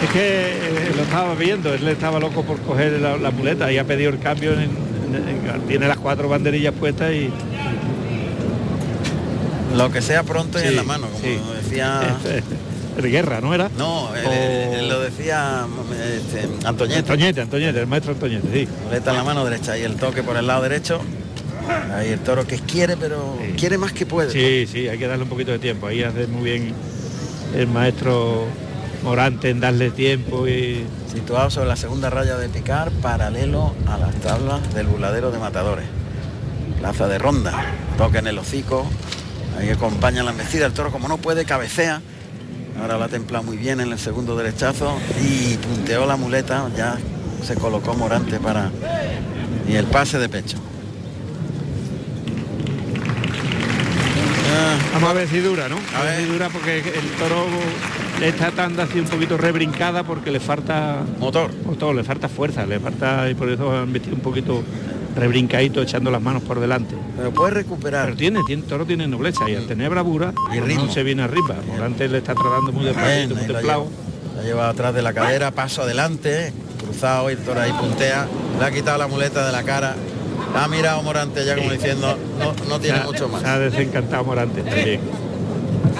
Speaker 3: Es que eh, lo estaba viendo, él estaba loco por coger la, la muleta y ha pedido el cambio. en- en- en- tiene las cuatro banderillas puestas y
Speaker 2: Lo que sea pronto y
Speaker 3: Sí,
Speaker 2: en la mano, como
Speaker 3: sí.
Speaker 2: decía.
Speaker 3: el guerra, ¿no era?
Speaker 2: No, él-
Speaker 3: O-
Speaker 2: él- él lo decía este, Antoñete.
Speaker 3: Antoñete, Antoñete, el maestro Antoñete, sí.
Speaker 2: Muleta en la mano derecha y el toque por el lado derecho. Ahí el toro que quiere, pero
Speaker 3: Sí.
Speaker 2: quiere más que puede.
Speaker 3: Sí, sí, hay que darle un poquito de tiempo. Ahí hace muy bien el maestro Morante en darle tiempo y
Speaker 2: Situado sobre la segunda raya de picar, paralelo a las tablas del burladero de matadores. Plaza de ronda, toca en el hocico, ahí acompaña la embestida, el toro como no puede, cabecea. Ahora la ha templado muy bien en el segundo derechazo y punteó la muleta, ya se colocó Morante para... Y el pase de pecho. Ah,
Speaker 3: Vamos a ver si dura, ¿no? A
Speaker 2: A
Speaker 3: ver
Speaker 2: ver.
Speaker 3: si dura porque el toro de esta tanda ha sido un poquito rebrincada porque le falta
Speaker 2: motor.
Speaker 3: motor, le falta fuerza, le falta y por eso han vestido un poquito rebrincadito echando las manos por delante.
Speaker 2: Pero puede recuperar.
Speaker 3: Pero tiene, tiene toro tiene nobleza y al tener bravura
Speaker 2: Y
Speaker 3: pues
Speaker 2: ritmo.
Speaker 3: no se viene arriba. Morante le está tratando muy
Speaker 2: Bien,
Speaker 3: despacito, muy
Speaker 2: ahí la
Speaker 3: templado.
Speaker 2: lleva. La lleva atrás de la cadera, paso adelante, cruzado, y por ahí puntea, le ha quitado la muleta de la cara, la ha mirado Morante ya como diciendo, no, no tiene
Speaker 3: Se ha-
Speaker 2: mucho más.
Speaker 3: Se ha desencantado Morante también.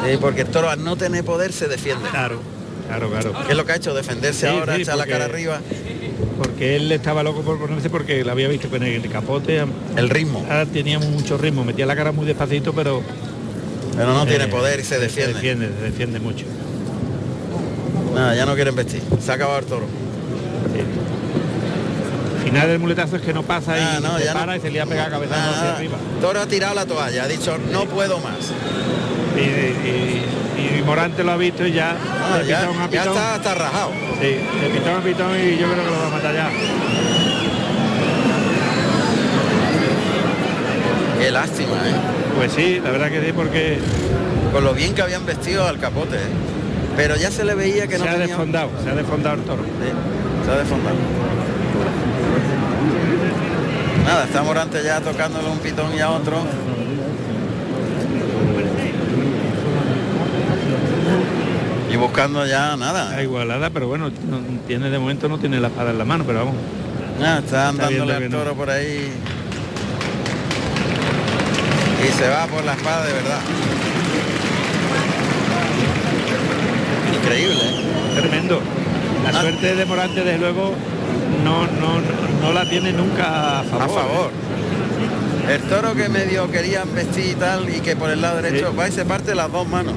Speaker 2: Sí, porque el toro al no tener poder se defiende.
Speaker 3: Claro, claro, claro.
Speaker 2: ¿Qué es lo que ha hecho? Defenderse
Speaker 3: Sí,
Speaker 2: ahora,
Speaker 3: sí,
Speaker 2: echar
Speaker 3: porque-
Speaker 2: la cara arriba,
Speaker 3: Porque él estaba loco por ponerse porque la había visto con el capote.
Speaker 2: el ritmo,
Speaker 3: Ahora tenía mucho ritmo, metía la cara muy despacito, pero
Speaker 2: pero no tiene
Speaker 3: eh,
Speaker 2: poder y se
Speaker 3: Se
Speaker 2: defiende.
Speaker 3: defiende, se defiende mucho.
Speaker 2: Nada, ya no quieren vestir, se ha acabado el toro.
Speaker 3: Sí. Final del muletazo es que no pasa
Speaker 2: Ah,
Speaker 3: y
Speaker 2: no,
Speaker 3: se
Speaker 2: ya no. Ah,
Speaker 3: para y se le ha pegado cabezazo Pues hacia
Speaker 2: Nada.
Speaker 3: arriba.
Speaker 2: Toro ha tirado la toalla, ha dicho, no puedo más.
Speaker 3: Y, y- y Morante lo ha visto y ya,
Speaker 2: Ah,
Speaker 3: de
Speaker 2: ya,
Speaker 3: pitón a
Speaker 2: ya
Speaker 3: pitón.
Speaker 2: está, está rajado.
Speaker 3: Sí, de pitón a pitón y yo creo que lo va a matar ya.
Speaker 2: Qué lástima, ¿eh?
Speaker 3: Pues sí, la verdad que sí, porque
Speaker 2: Con lo bien que habían vestido al capote. ¿eh? Pero ya se le veía que no
Speaker 3: se ha
Speaker 2: tenía...
Speaker 3: desfondado, se ha desfondado el toro.
Speaker 2: Sí, se ha desfondado. Nada, está Morante ya tocándole un pitón y a otro. Y buscando ya
Speaker 3: La
Speaker 2: nada.
Speaker 3: igualada, pero bueno, no- tiene de momento no tiene la espada en la mano, pero vamos.
Speaker 2: Nada, está
Speaker 3: viendo
Speaker 2: andándole
Speaker 3: que
Speaker 2: al
Speaker 3: no.
Speaker 2: toro por ahí. Y se va por la espada de verdad. Increíble, ¿eh?
Speaker 3: Tremendo. La
Speaker 2: Ah.
Speaker 3: suerte de Morante, desde luego, no, no, no, no la tiene nunca a favor. eh.
Speaker 2: A favor. El toro que medio querían vestir y tal y que por el lado derecho
Speaker 3: Sí.
Speaker 2: va y se parte las dos manos.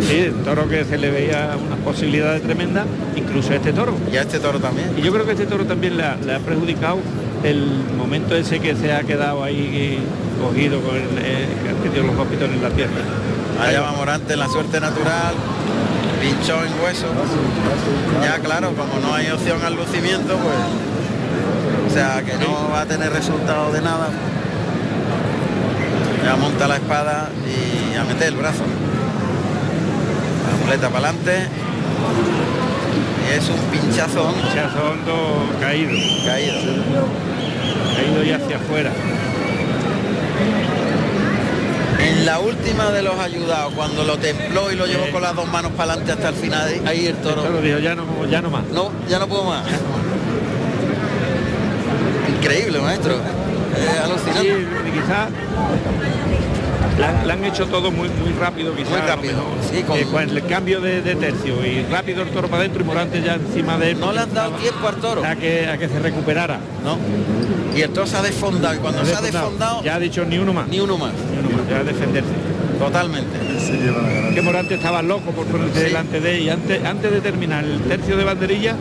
Speaker 3: Sí, el toro que se le veía unas posibilidades tremendas, incluso a este toro.
Speaker 2: Y a este toro también.
Speaker 3: Y yo creo que este toro también le ha, le ha perjudicado el momento ese que se ha quedado ahí cogido con el, eh, que ha tenido los hospitales en la pierna.
Speaker 2: Allá va Morante en la suerte natural, pinchó en hueso. Ya claro, como no hay opción al lucimiento, pues. O sea que no va a tener resultado de nada. Ya monta la espada y a meter el brazo. La muleta para adelante. Y es un pinchazón
Speaker 3: Se hace hondo caído,
Speaker 2: caído.
Speaker 3: caído y hacia afuera.
Speaker 2: En la última de los ayudados, cuando lo templó y lo llevó con las dos manos para adelante hasta el final, ahí- ahí el
Speaker 3: El toro
Speaker 2: toro.
Speaker 3: dijo, ya no, ya no más.
Speaker 2: No, ya no puedo más. Increíble, maestro. Eh,
Speaker 3: Sí,
Speaker 2: alucinante.
Speaker 3: quizás la, la han hecho todo muy muy rápido quizás
Speaker 2: Muy
Speaker 3: a lo
Speaker 2: rápido,
Speaker 3: mejor.
Speaker 2: sí, con-
Speaker 3: Eh, con el cambio de, de tercio y rápido el toro para adentro y Morante ya encima de él
Speaker 2: No le han dado
Speaker 3: porque
Speaker 2: tiempo al toro.
Speaker 3: estaba- a que a que se recuperara
Speaker 2: No. Y el toro se ha desfondado. Y cuando se ha desfondado,
Speaker 3: ya ha dicho ni uno más
Speaker 2: ni uno más.
Speaker 3: ni uno más, ya a defenderse
Speaker 2: Totalmente.
Speaker 3: que Morante estaba loco por ponerse
Speaker 2: Sí.
Speaker 3: delante de él y antes antes de terminar el tercio de banderilla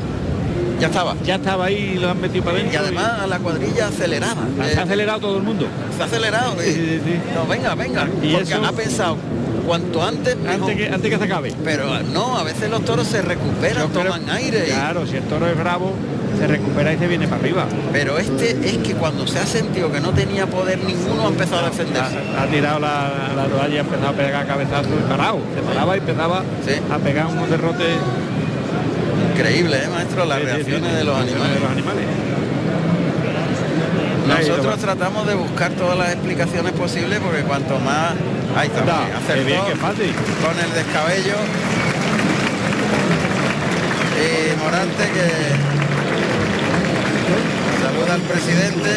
Speaker 2: Ya estaba.
Speaker 3: ya estaba ahí y lo han metido para
Speaker 2: Y
Speaker 3: adentro
Speaker 2: además a la cuadrilla acelerada.
Speaker 3: y-
Speaker 2: Eh,
Speaker 3: Ah, se ha acelerado todo el mundo
Speaker 2: Está acelerado.
Speaker 3: Sí, sí,
Speaker 2: eh.
Speaker 3: sí.
Speaker 2: No, venga, venga.
Speaker 3: Y
Speaker 2: Porque
Speaker 3: eso-
Speaker 2: ha pensado, cuanto antes, mejor.
Speaker 3: antes que antes que se acabe
Speaker 2: Pero ah, no, a veces los toros se recuperan,
Speaker 3: Yo creo-
Speaker 2: toman aire. y-
Speaker 3: Claro, si el toro es bravo, se recupera y se viene para arriba.
Speaker 2: Pero este es que cuando se ha sentido que no tenía poder ninguno ha empezado a defenderse.
Speaker 3: Ha, ha tirado la, la toalla y ha empezado a pegar cabezazo y parado. Se paraba y empezaba
Speaker 2: Sí.
Speaker 3: a pegar unos derrotes
Speaker 2: Increíble, ¿eh, maestro, las
Speaker 3: Sí, sí, sí,
Speaker 2: reacciones de los
Speaker 3: las reacciones
Speaker 2: animales.
Speaker 3: de los animales.
Speaker 2: Nosotros
Speaker 3: Ahí,
Speaker 2: tratamos de buscar todas las explicaciones posibles porque cuanto más... Ahí está,
Speaker 3: Da,
Speaker 2: bien,
Speaker 3: qué
Speaker 2: acertó
Speaker 3: bien, qué fácil.
Speaker 2: con el descabello. Y eh, Morante que saluda al presidente.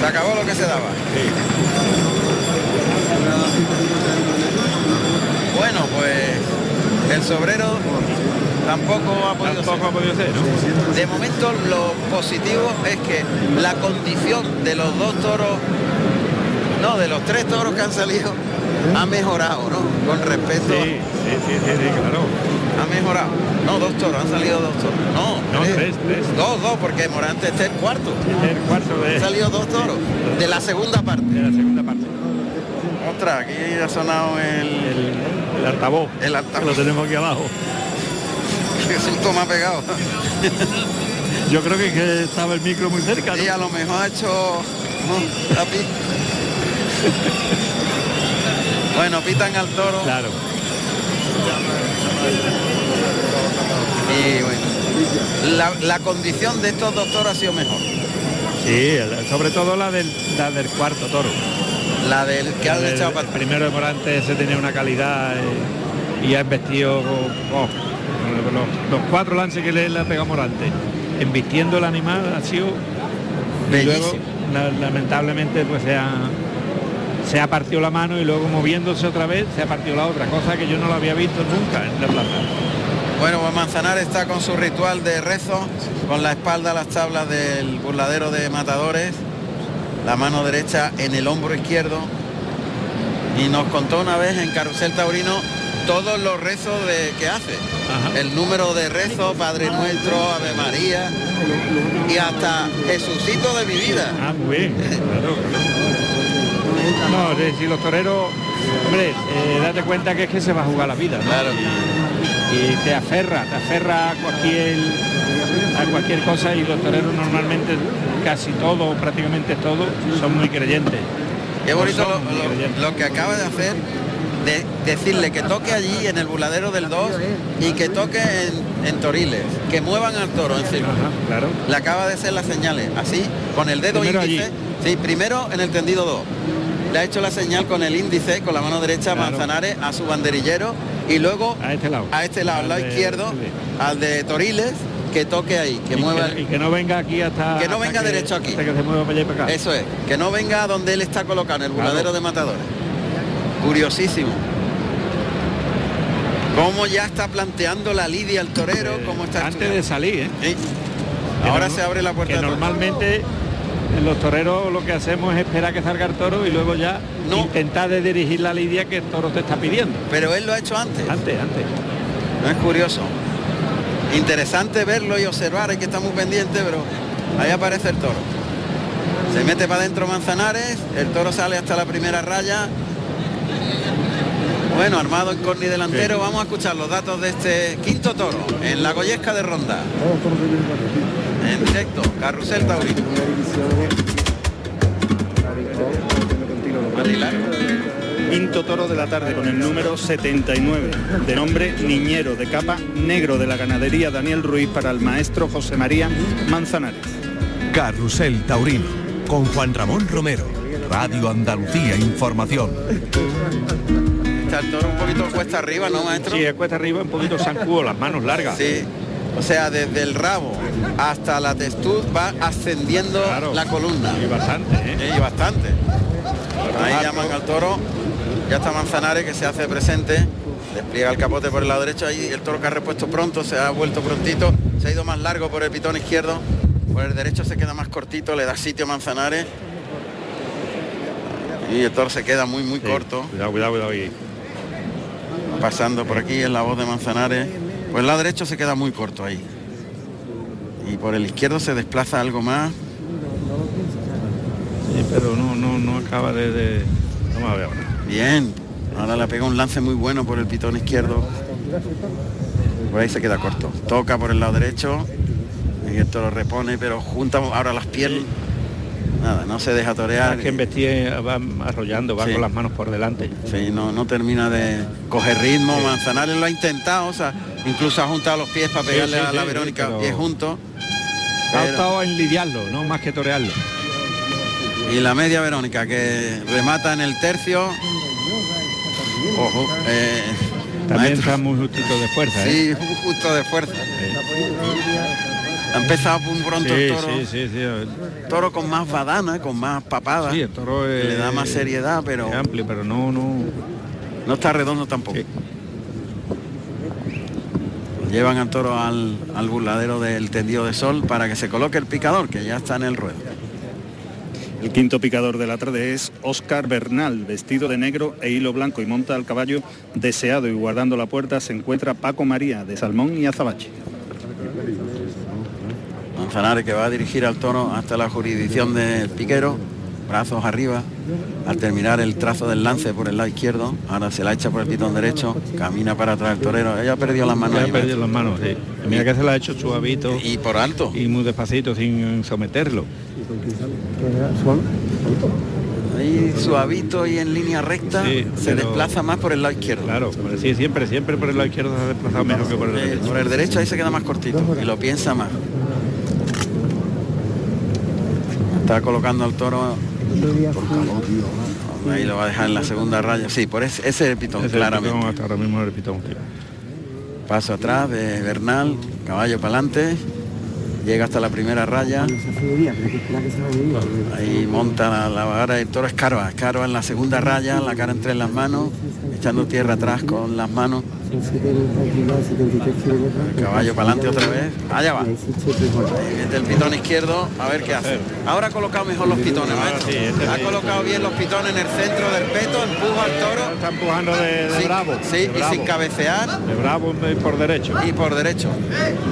Speaker 2: Se acabó lo que se daba. Bueno, pues el sobrero tampoco ha podido ser.
Speaker 3: Tampoco ha podido ser, ¿no?
Speaker 2: De momento lo positivo es que la condición de los dos toros, no, de los tres toros que han salido, ha mejorado, ¿no? Con respecto,
Speaker 3: Sí, sí, sí, sí, sí, claro.
Speaker 2: ha mejorado. No, dos toros, han salido dos toros. No,
Speaker 3: No, tres, tres.
Speaker 2: Dos, dos, porque Morante este es el cuarto.
Speaker 3: Este es el cuarto de,
Speaker 2: Han salido dos toros de la segunda parte.
Speaker 3: de la segunda parte.
Speaker 2: Otra, aquí ha sonado el,
Speaker 3: El, el altavoz.
Speaker 2: el
Speaker 3: que Lo
Speaker 2: altavoz.
Speaker 3: tenemos aquí abajo.
Speaker 2: Qué susto me ha pegado.
Speaker 3: Yo creo que, que estaba el micro muy cerca. ¿no?
Speaker 2: Y a lo mejor ha hecho... no, ha pi- Bueno, pitan al toro.
Speaker 3: Claro.
Speaker 2: Y bueno, la, la condición de estos dos toros ha sido mejor.
Speaker 3: Sí, el- sobre todo la del, la del cuarto toro.
Speaker 2: La del que
Speaker 3: La
Speaker 2: han
Speaker 3: del-
Speaker 2: echado
Speaker 3: el
Speaker 2: para atrás.
Speaker 3: primero de Morante ese tenía una calidad eh, y ha vestido los, los cuatro lances que le, le ha pegado Morante. Embistiendo el animal ha sido y luego,
Speaker 2: Bellísimo.
Speaker 3: la- lamentablemente pues se ha, se ha partido la mano y luego moviéndose otra vez se ha partido la otra, cosa que yo no la había visto nunca en la plaza.
Speaker 2: Bueno, pues Manzanar está con su ritual de rezo, con la espalda a las tablas del burladero de matadores, la mano derecha en el hombro izquierdo. Y nos contó una vez en Carrusel Taurino todos los rezos de, que hace.
Speaker 3: Ajá.
Speaker 2: El número de rezos, Padre Nuestro, Ave María y hasta Jesucito de mi vida.
Speaker 3: Ah, muy bien. claro. No, de- si los toreros, hombre, eh, date cuenta que es que se va a jugar la vida, ¿no?
Speaker 2: Claro.
Speaker 3: Y te aferra, te aferra a cualquier, a cualquier cosa y los toreros normalmente, casi todos, prácticamente todos, son muy creyentes.
Speaker 2: Qué bonito
Speaker 3: No
Speaker 2: lo,
Speaker 3: son muy
Speaker 2: lo-
Speaker 3: creyentes.
Speaker 2: lo que acaba de hacer, de decirle que toque allí en el burladero del 2 y que toque en, en Toriles, que muevan al toro en círculo.
Speaker 3: Ajá, claro.
Speaker 2: Le acaba de hacer las señales, así, con el dedo
Speaker 3: Primero
Speaker 2: índice.
Speaker 3: allí.
Speaker 2: Sí, primero en el tendido 2. Le ha hecho la señal con el índice, con la mano derecha a
Speaker 3: Claro.
Speaker 2: Manzanares, a su banderillero y luego
Speaker 3: A este lado.
Speaker 2: a este lado, al lado
Speaker 3: de-
Speaker 2: izquierdo, al de Toriles, que toque ahí, que
Speaker 3: y
Speaker 2: mueva.
Speaker 3: y que no venga aquí hasta
Speaker 2: Que no
Speaker 3: hasta
Speaker 2: venga derecho aquí.
Speaker 3: hasta que se mueva para allá y para acá
Speaker 2: Eso es, que no venga a donde él está colocado, en el
Speaker 3: Claro.
Speaker 2: burladero de matadores. Curiosísimo. Cómo ya está planteando la lidia al torero,
Speaker 3: Eh,
Speaker 2: cómo está
Speaker 3: antes de salir ¿eh?
Speaker 2: Sí.
Speaker 3: Que
Speaker 2: Ahora
Speaker 3: no-
Speaker 2: se abre la puerta.
Speaker 3: que
Speaker 2: de atrás.
Speaker 3: normalmente los toreros lo que hacemos es esperar que salga el toro y luego ya
Speaker 2: No.
Speaker 3: intentar de dirigir la lidia que el toro te está pidiendo
Speaker 2: Pero él lo ha hecho antes.
Speaker 3: antes antes
Speaker 2: No es curioso. Interesante verlo y observar, hay que estar muy pendiente, pero ahí aparece el toro. Se mete para adentro Manzanares, el toro sale hasta la primera raya. Bueno, armado en corni delantero, vamos a escuchar los datos de este quinto toro en la Goyesca de Ronda. En directo, Carrusel Taurino. Marilar.
Speaker 1: Quinto toro de la tarde con el número 79, de nombre Niñero, de capa negro de la ganadería Daniel Ruiz para el maestro José María Manzanares.
Speaker 6: Carrusel Taurino con Juan Ramón Romero. Radio Andalucía Información.
Speaker 2: Está el toro un poquito cuesta arriba, ¿no, maestro?
Speaker 3: sí es cuesta arriba un poquito zancudo las manos largas
Speaker 2: Sí, o sea, desde el rabo hasta la testud va ascendiendo
Speaker 3: Claro.
Speaker 2: la columna.
Speaker 3: y bastante ¿eh?
Speaker 2: Eh, Y bastante. Ahí llaman al toro. Ya está Manzanares que se hace presente. Despliega el capote por el lado derecho. Ahí el toro que ha repuesto pronto, se ha vuelto prontito. Se ha ido más largo por el pitón izquierdo. Por el derecho se queda más cortito, le da sitio a Manzanares. Y el toro se queda muy, muy
Speaker 3: Sí.
Speaker 2: corto.
Speaker 3: cuidado cuidado cuidado y
Speaker 2: Pasando por aquí en la voz de Manzanares. Por el lado derecho se queda muy corto ahí. Y por el izquierdo se desplaza algo más.
Speaker 3: sí, pero no no no acaba de, de- vamos a ver ahora
Speaker 2: Bien. Ahora le pega un lance muy bueno por el pitón izquierdo. Por ahí se queda corto. Toca por el lado derecho. Y esto lo repone, pero junta ahora las piernas. Nada, no se deja torear.
Speaker 3: Cada que embestir va arrollando va
Speaker 2: Sí.
Speaker 3: con las manos por delante
Speaker 2: Sí, no, no termina de coger ritmo. Manzanares lo ha intentado, o sea, incluso ha juntado los pies para
Speaker 3: Sí,
Speaker 2: pegarle
Speaker 3: sí,
Speaker 2: a la
Speaker 3: sí,
Speaker 2: Verónica
Speaker 3: sí, pero-
Speaker 2: pies juntos.
Speaker 3: ha
Speaker 2: Pero-
Speaker 3: estado en lidiarlo no más que torearlo
Speaker 2: Y la media Verónica que remata en el tercio. Ojo, eh,
Speaker 3: también
Speaker 2: maestro.
Speaker 3: está muy justito de fuerza ¿eh?
Speaker 2: Sí, un justo de fuerza. Ha empezado un pronto el toro,
Speaker 3: sí, sí, sí.
Speaker 2: toro con más badana, con más papada.
Speaker 3: Sí, el toro
Speaker 2: que
Speaker 3: es-
Speaker 2: le da más seriedad, pero
Speaker 3: es amplio, pero no, no.
Speaker 2: no está redondo tampoco.
Speaker 3: Sí.
Speaker 2: Llevan al toro al, al burladero del tendido de sol para que se coloque el picador, que ya está en el ruedo.
Speaker 1: El quinto picador de la tarde es Óscar Bernal, vestido de negro e hilo blanco y monta al caballo deseado y guardando la puerta se encuentra Paco María de Salmón y Azabache.
Speaker 2: Manzanares que va a dirigir al toro hasta la jurisdicción del piquero, brazos arriba, al terminar el trazo del lance por el lado izquierdo, ahora se la echa por el pitón derecho, camina para atrás el torero, ella ha perdido las manos
Speaker 3: Ya ha
Speaker 2: ahí,
Speaker 3: perdido las manos, sí. Mira que se la ha hecho suavito
Speaker 2: y por alto.
Speaker 3: y muy despacito sin someterlo.
Speaker 2: Ahí suavito y en línea recta
Speaker 3: Sí,
Speaker 2: se
Speaker 3: pero-
Speaker 2: desplaza más por el lado izquierdo.
Speaker 3: Claro, pero sí, siempre, siempre por el lado izquierdo se ha desplazado menos que por el
Speaker 2: Eh,
Speaker 3: derecho.
Speaker 2: por el derecho ahí se queda más cortito y lo piensa más. Está colocando al toro por calor. Ahí lo va a dejar en la segunda raya. Sí, por ese, ese es el pitón,
Speaker 3: Es el
Speaker 2: claramente.
Speaker 3: pitón, hasta ahora mismo el pitón.
Speaker 2: Paso atrás de Bernal, caballo para adelante, llega hasta la primera raya. Ahí monta la, la vara y el toro escarba, escarba ah, en la segunda raya, la cara entre las manos, echando tierra atrás con las manos. Caballo para adelante otra vez. Allá va. Ahí mete el pitón izquierdo, a ver qué hace. Ahora ha colocado mejor los pitones, maestro.
Speaker 3: sí, este
Speaker 2: Ha
Speaker 3: sí.
Speaker 2: colocado bien los pitones en el centro del peto, empuja al toro.
Speaker 3: Está empujando de, de
Speaker 2: sin-
Speaker 3: bravo.
Speaker 2: Sí,
Speaker 3: de
Speaker 2: y
Speaker 3: bravo.
Speaker 2: sin cabecear
Speaker 3: De bravo eh, por derecho.
Speaker 2: y por derecho.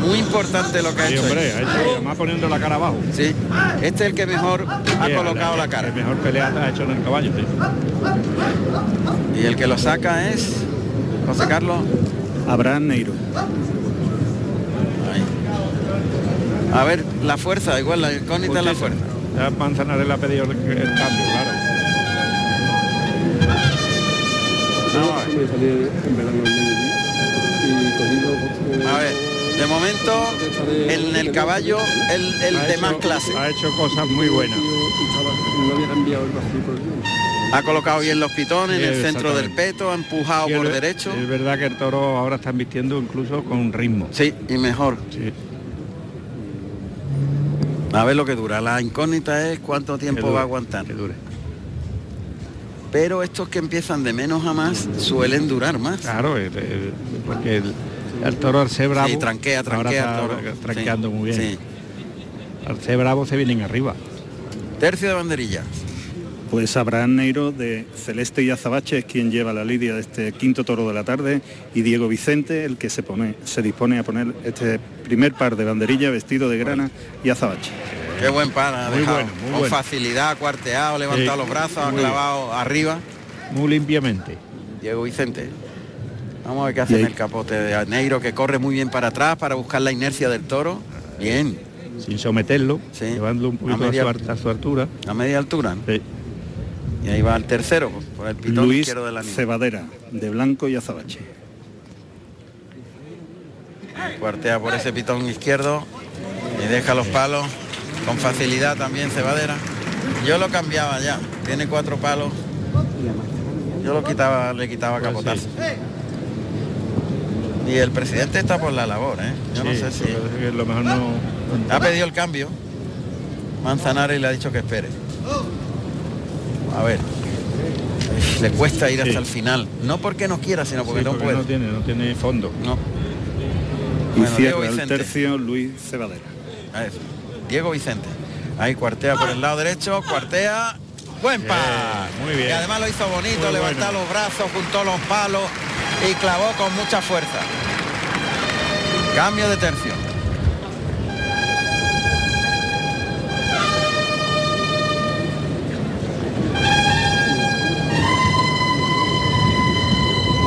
Speaker 2: Muy importante lo que ha
Speaker 3: Sí,
Speaker 2: hecho.
Speaker 3: hombre,
Speaker 2: él.
Speaker 3: ha hecho- además poniendo la cara abajo.
Speaker 2: Sí, este es el que mejor ha
Speaker 3: Sí,
Speaker 2: colocado la
Speaker 3: El
Speaker 2: cara.
Speaker 3: mejor pelea ha hecho en el caballo. sí.
Speaker 2: Y el que lo saca es José Carlos.
Speaker 1: Abraham Neiro.
Speaker 2: Ahí. A ver, la fuerza, igual la incógnita es la fuerza.
Speaker 3: Ya Manzanarela ha pedido el, el cambio, claro.
Speaker 2: Vamos a ver.
Speaker 5: pues, eh,
Speaker 2: A ver, de momento en el caballo el, el
Speaker 3: Ha
Speaker 2: de
Speaker 3: hecho-
Speaker 2: más clase.
Speaker 3: Ha hecho cosas muy buenas.
Speaker 5: No había cambiado el vacío por el día.
Speaker 2: Ha colocado bien los pitones en
Speaker 3: Sí,
Speaker 2: el centro del
Speaker 3: exactamente.
Speaker 2: peto, ha empujado
Speaker 3: Y
Speaker 2: por
Speaker 3: es-
Speaker 2: derecho.
Speaker 3: Es verdad que el toro ahora está vistiendo incluso con ritmo.
Speaker 2: Sí, y mejor.
Speaker 3: Sí.
Speaker 2: A ver lo que dura. La incógnita es cuánto tiempo va a aguantar.
Speaker 3: Que dure.
Speaker 2: Pero estos que empiezan de menos a más suelen durar más.
Speaker 3: Claro, el- el- porque el, el toro al ser Ah, bravo.
Speaker 2: Sí, tranquea,
Speaker 3: ahora
Speaker 2: tranquea.
Speaker 3: está
Speaker 2: toro.
Speaker 3: Tranqueando
Speaker 2: Sí,
Speaker 3: muy bien.
Speaker 2: sí.
Speaker 3: Al ser bravo se vienen arriba.
Speaker 2: Tercio de banderilla.
Speaker 1: Pues Abraham Neiro de Celeste y Azabache es quien lleva la lidia de este quinto toro de la tarde y Diego Vicente el que se pone, se dispone a poner este primer par de banderilla vestido de grana y azabache.
Speaker 2: Qué buen pan ha
Speaker 3: Muy
Speaker 2: dejado.
Speaker 3: bueno, muy
Speaker 2: Con
Speaker 3: bueno.
Speaker 2: facilidad, ha cuarteado, ha levantado
Speaker 3: Sí,
Speaker 2: los brazos, ha
Speaker 3: muy
Speaker 2: clavado arriba.
Speaker 3: Muy limpiamente.
Speaker 2: Diego Vicente. Vamos a ver qué
Speaker 1: Y
Speaker 2: hace en
Speaker 1: ahí-
Speaker 2: el capote de Neiro, que corre muy bien para atrás para buscar la inercia del toro. Bien,
Speaker 3: Sin someterlo,
Speaker 2: Sí.
Speaker 3: llevando un poquito
Speaker 2: A
Speaker 3: a,
Speaker 2: media-
Speaker 3: su, ar- a su altura. eh,
Speaker 2: a media altura.
Speaker 3: Sí.
Speaker 2: Y ahí va el tercero, por el pitón
Speaker 1: Luis
Speaker 2: izquierdo del animal.
Speaker 1: Cebadera de blanco y azabache.
Speaker 2: Cuartea por ese pitón izquierdo y deja los palos con facilidad también Cebadera. Yo lo cambiaba ya, tiene cuatro palos. Yo lo quitaba, le quitaba
Speaker 3: Pues
Speaker 2: capotazo. Y el presidente está por la labor, ¿eh? Yo no
Speaker 3: Sí,
Speaker 2: sé si.
Speaker 3: yo creo que lo mejor no.
Speaker 2: Ha pedido el cambio. Manzanares le ha dicho que espere. A ver. Le cuesta ir hasta
Speaker 3: Sí.
Speaker 2: el final. No porque no quiera, sino porque
Speaker 3: Sí,
Speaker 2: no
Speaker 3: porque
Speaker 2: puede.
Speaker 3: no tiene, no tiene fondo.
Speaker 2: No.
Speaker 1: Y
Speaker 2: Bueno, Diego
Speaker 1: cierra el
Speaker 2: Vicente.
Speaker 1: tercio Luis Cebadera.
Speaker 2: A ver, Diego Vicente. Ahí cuartea por el lado derecho, cuartea. Buen
Speaker 3: Bien,
Speaker 2: pa.
Speaker 3: muy bien.
Speaker 2: Y además lo hizo bonito,
Speaker 3: Muy
Speaker 2: levantó
Speaker 3: bueno.
Speaker 2: los brazos, juntó los palos y clavó con mucha fuerza. Cambio de tercio.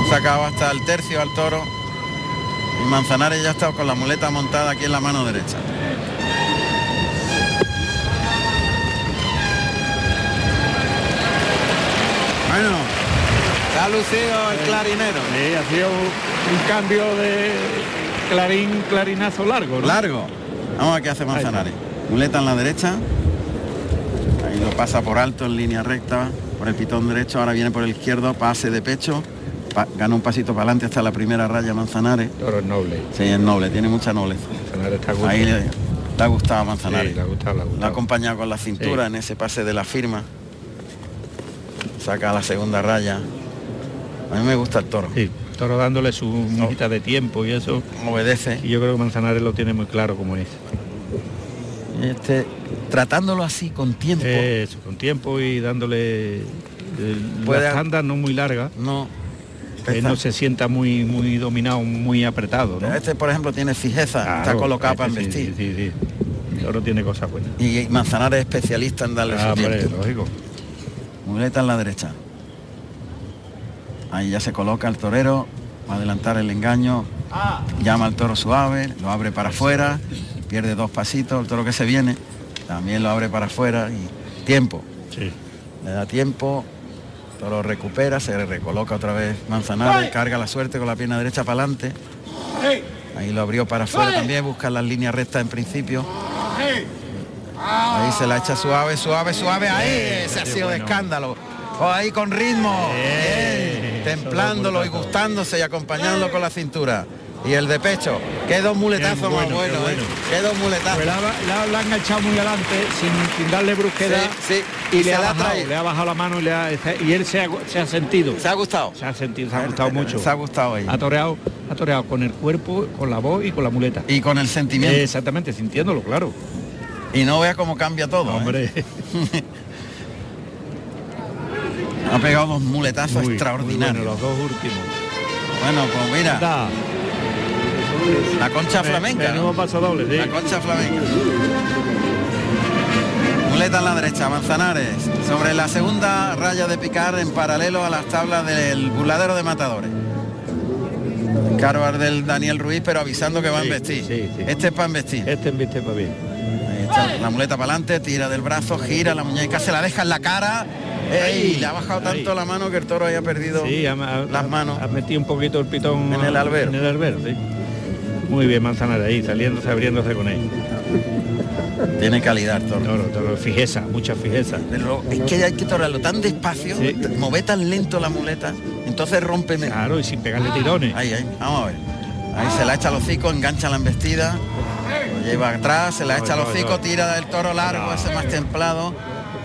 Speaker 2: Sacaba hasta el tercio al toro. Y Manzanares ya está con la muleta montada aquí en la mano derecha. Bueno, Eh, se ha lucido el clarinero.
Speaker 3: Sí, ha sido un cambio de clarín, clarinazo largo. ¿no?
Speaker 2: Largo. Vamos a ver qué hace Manzanares. Muleta en la derecha. Ahí lo pasa por alto en línea recta, por el pitón derecho, ahora viene por el izquierdo, pase de pecho. Pa- gana un pasito para adelante hasta la primera raya Manzanares.
Speaker 3: Toro es noble.
Speaker 2: Sí, es noble, tiene mucha nobleza.
Speaker 3: Manzanares está gusto.
Speaker 2: Ahí le, le ha gustado a
Speaker 3: Sí,
Speaker 2: Manzanares.
Speaker 3: le ha gustado, le ha
Speaker 2: La ha
Speaker 3: gustado.
Speaker 2: acompañado con la cintura
Speaker 3: Sí.
Speaker 2: en ese pase de la firma. Saca la segunda raya. A mí me gusta el toro.
Speaker 3: Sí, Toro dándole su minita de tiempo y eso.
Speaker 2: Obedece.
Speaker 3: Y yo creo que Manzanares lo tiene muy claro como es.
Speaker 2: Este, tratándolo así con tiempo.
Speaker 3: Eh, Eso, con tiempo y dándole eh,
Speaker 2: Puede-
Speaker 3: las andas no muy largas.
Speaker 2: no.
Speaker 3: Que eh, no se sienta muy muy dominado, muy apretado, ¿no?
Speaker 2: Este, por ejemplo, tiene fijeza. está
Speaker 3: Claro,
Speaker 2: colocado para
Speaker 3: este sí,
Speaker 2: investir.
Speaker 3: Sí, sí, sí. Toro tiene cosas buenas.
Speaker 2: Y Manzanares es especialista en darle
Speaker 3: Ah,
Speaker 2: su
Speaker 3: hombre,
Speaker 2: tiempo.
Speaker 3: lógico.
Speaker 2: Muleta en la derecha. Ahí ya se coloca el torero. Va a adelantar el engaño. Llama al toro suave, lo abre para afuera, pierde dos pasitos, el toro que se viene, también lo abre para afuera y tiempo.
Speaker 3: Sí.
Speaker 2: Le da tiempo, el toro recupera, se recoloca otra vez Manzanares, carga la suerte con la pierna derecha para adelante. Ahí lo abrió para afuera también, busca las líneas rectas en principio. Ahí se la echa suave, suave, suave. Ahí, ese ha sido de escándalo. Oh, ahí con ritmo, bien, templándolo y gustándose y acompañándolo con la cintura. Y el de pecho, quedó un muletazo
Speaker 7: bueno,
Speaker 2: más bueno,
Speaker 7: qué bueno.
Speaker 2: eh. Quedó un muletazo.
Speaker 7: Pues la, la- la han echado muy adelante sin, sin darle brusquedad
Speaker 2: Sí, sí,
Speaker 7: y,
Speaker 2: y se
Speaker 7: le, ha
Speaker 2: la ha
Speaker 7: bajado,
Speaker 2: traído.
Speaker 7: le ha bajado la mano y, le ha- este, y él se ha, se ha sentido.
Speaker 2: ¿Se ha gustado?
Speaker 7: Se ha sentido, se ha gustado mucho. Ah.
Speaker 2: Se ha gustado ahí.
Speaker 7: Ha toreado, ha toreado con el cuerpo, con la voz y con la muleta.
Speaker 2: Y con el
Speaker 7: Eh,
Speaker 2: sentimiento.
Speaker 7: Exactamente, sintiéndolo, claro.
Speaker 2: Y no vea cómo cambia todo. eh.
Speaker 7: Hombre,
Speaker 2: Ha pegado dos muletazos
Speaker 7: muy- muy
Speaker 2: extraordinarios.
Speaker 7: bueno, los dos últimos.
Speaker 2: bueno, pues mira,
Speaker 7: Anda,
Speaker 2: la
Speaker 3: Eh,
Speaker 2: concha flamenca. ¿no?
Speaker 3: Menudo paso doble, sí.
Speaker 2: La concha flamenca. Muleta en la derecha, Manzanares. Sobre la segunda raya de picar en paralelo a las tablas del burladero de matadores. Carvar del Daniel Ruiz, pero avisando que va a
Speaker 3: Sí,
Speaker 2: investir.
Speaker 3: sí, sí.
Speaker 2: Este es para investir.
Speaker 3: Este viste para bien.
Speaker 2: Ahí está, la muleta para adelante, tira del brazo, gira la muñeca, se la deja en la cara. Ey,
Speaker 3: Ay,
Speaker 2: le ha bajado tanto
Speaker 3: ay.
Speaker 2: la mano que el toro haya perdido
Speaker 3: Sí, ha- ha-
Speaker 2: las manos.
Speaker 3: Ha metido un poquito el pitón
Speaker 2: En el albero.
Speaker 3: en el albero, sí. Muy bien, Manzanares ahí, saliéndose, abriéndose con él.
Speaker 2: Tiene calidad el toro.
Speaker 3: Toro, toro, fijeza, mucha fijeza.
Speaker 2: Pero es que hay que torarlo tan despacio,
Speaker 3: Sí. Ah.
Speaker 2: t- mover tan lento la muleta, entonces rompe menos.
Speaker 3: Claro, y sin pegarle tirones.
Speaker 2: Ahí, ahí, vamos a ver. Ahí se la echa al hocico, engancha la embestida, lo lleva atrás, se la echa al
Speaker 3: Ay, ay,
Speaker 2: hocico,
Speaker 3: ay.
Speaker 2: tira del toro largo, ese más templado.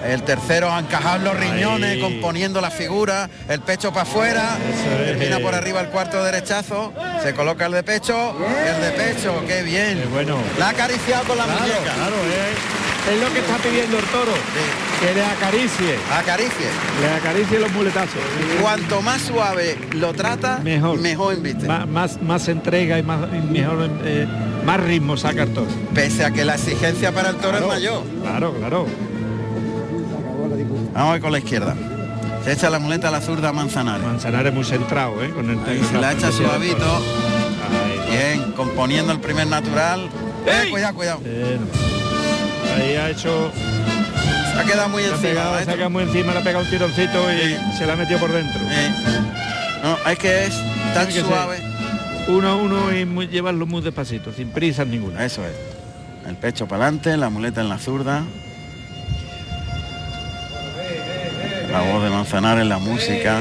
Speaker 2: El tercero a encajar los riñones,
Speaker 3: Ahí.
Speaker 2: componiendo la figura, el pecho para afuera,
Speaker 3: Eso es.
Speaker 2: termina por arriba el cuarto derechazo, se coloca el de pecho, el de pecho, qué bien.
Speaker 3: Qué bueno.
Speaker 2: La ha acariciado con la
Speaker 7: Claro,
Speaker 2: muñeca.
Speaker 7: claro,
Speaker 3: eh.
Speaker 7: es, es lo que está pidiendo el toro,
Speaker 2: Sí,
Speaker 7: que le acaricie,
Speaker 2: acaricie.
Speaker 3: Le acaricie los muletazos.
Speaker 2: Cuanto más suave lo trata,
Speaker 3: Mejor.
Speaker 2: mejor invite.
Speaker 3: Más, más, más entrega y más y mejor eh, más ritmo saca el toro.
Speaker 2: Pese a que la exigencia para el toro es mayor.
Speaker 3: Claro, claro.
Speaker 2: Vamos a ver con la izquierda. Se echa la muleta a la zurda a Manzanares.
Speaker 3: Manzanares muy centrado, ¿eh? Con el
Speaker 2: Ahí se la echa suavito.
Speaker 3: Ahí,
Speaker 2: Bien, componiendo el primer natural. Eh,
Speaker 3: ¡Ey!
Speaker 2: cuidado, cuidado.
Speaker 3: eh, ahí ha hecho,
Speaker 2: Se ha quedado muy
Speaker 3: se ha pegado,
Speaker 2: encima. ¿eh?
Speaker 3: se ha
Speaker 2: maestro.
Speaker 3: quedado muy encima, le ha pegado un tironcito y
Speaker 2: Sí.
Speaker 3: se la ha metido por dentro.
Speaker 2: Eh, No, es que es
Speaker 3: Tiene
Speaker 2: tan
Speaker 3: que ser.
Speaker 2: suave.
Speaker 3: Uno a uno y muy- llevarlo muy despacito, sin prisas ninguna.
Speaker 2: Eso es. El pecho para adelante, la muleta en la zurda. La voz de Manzanares, la música.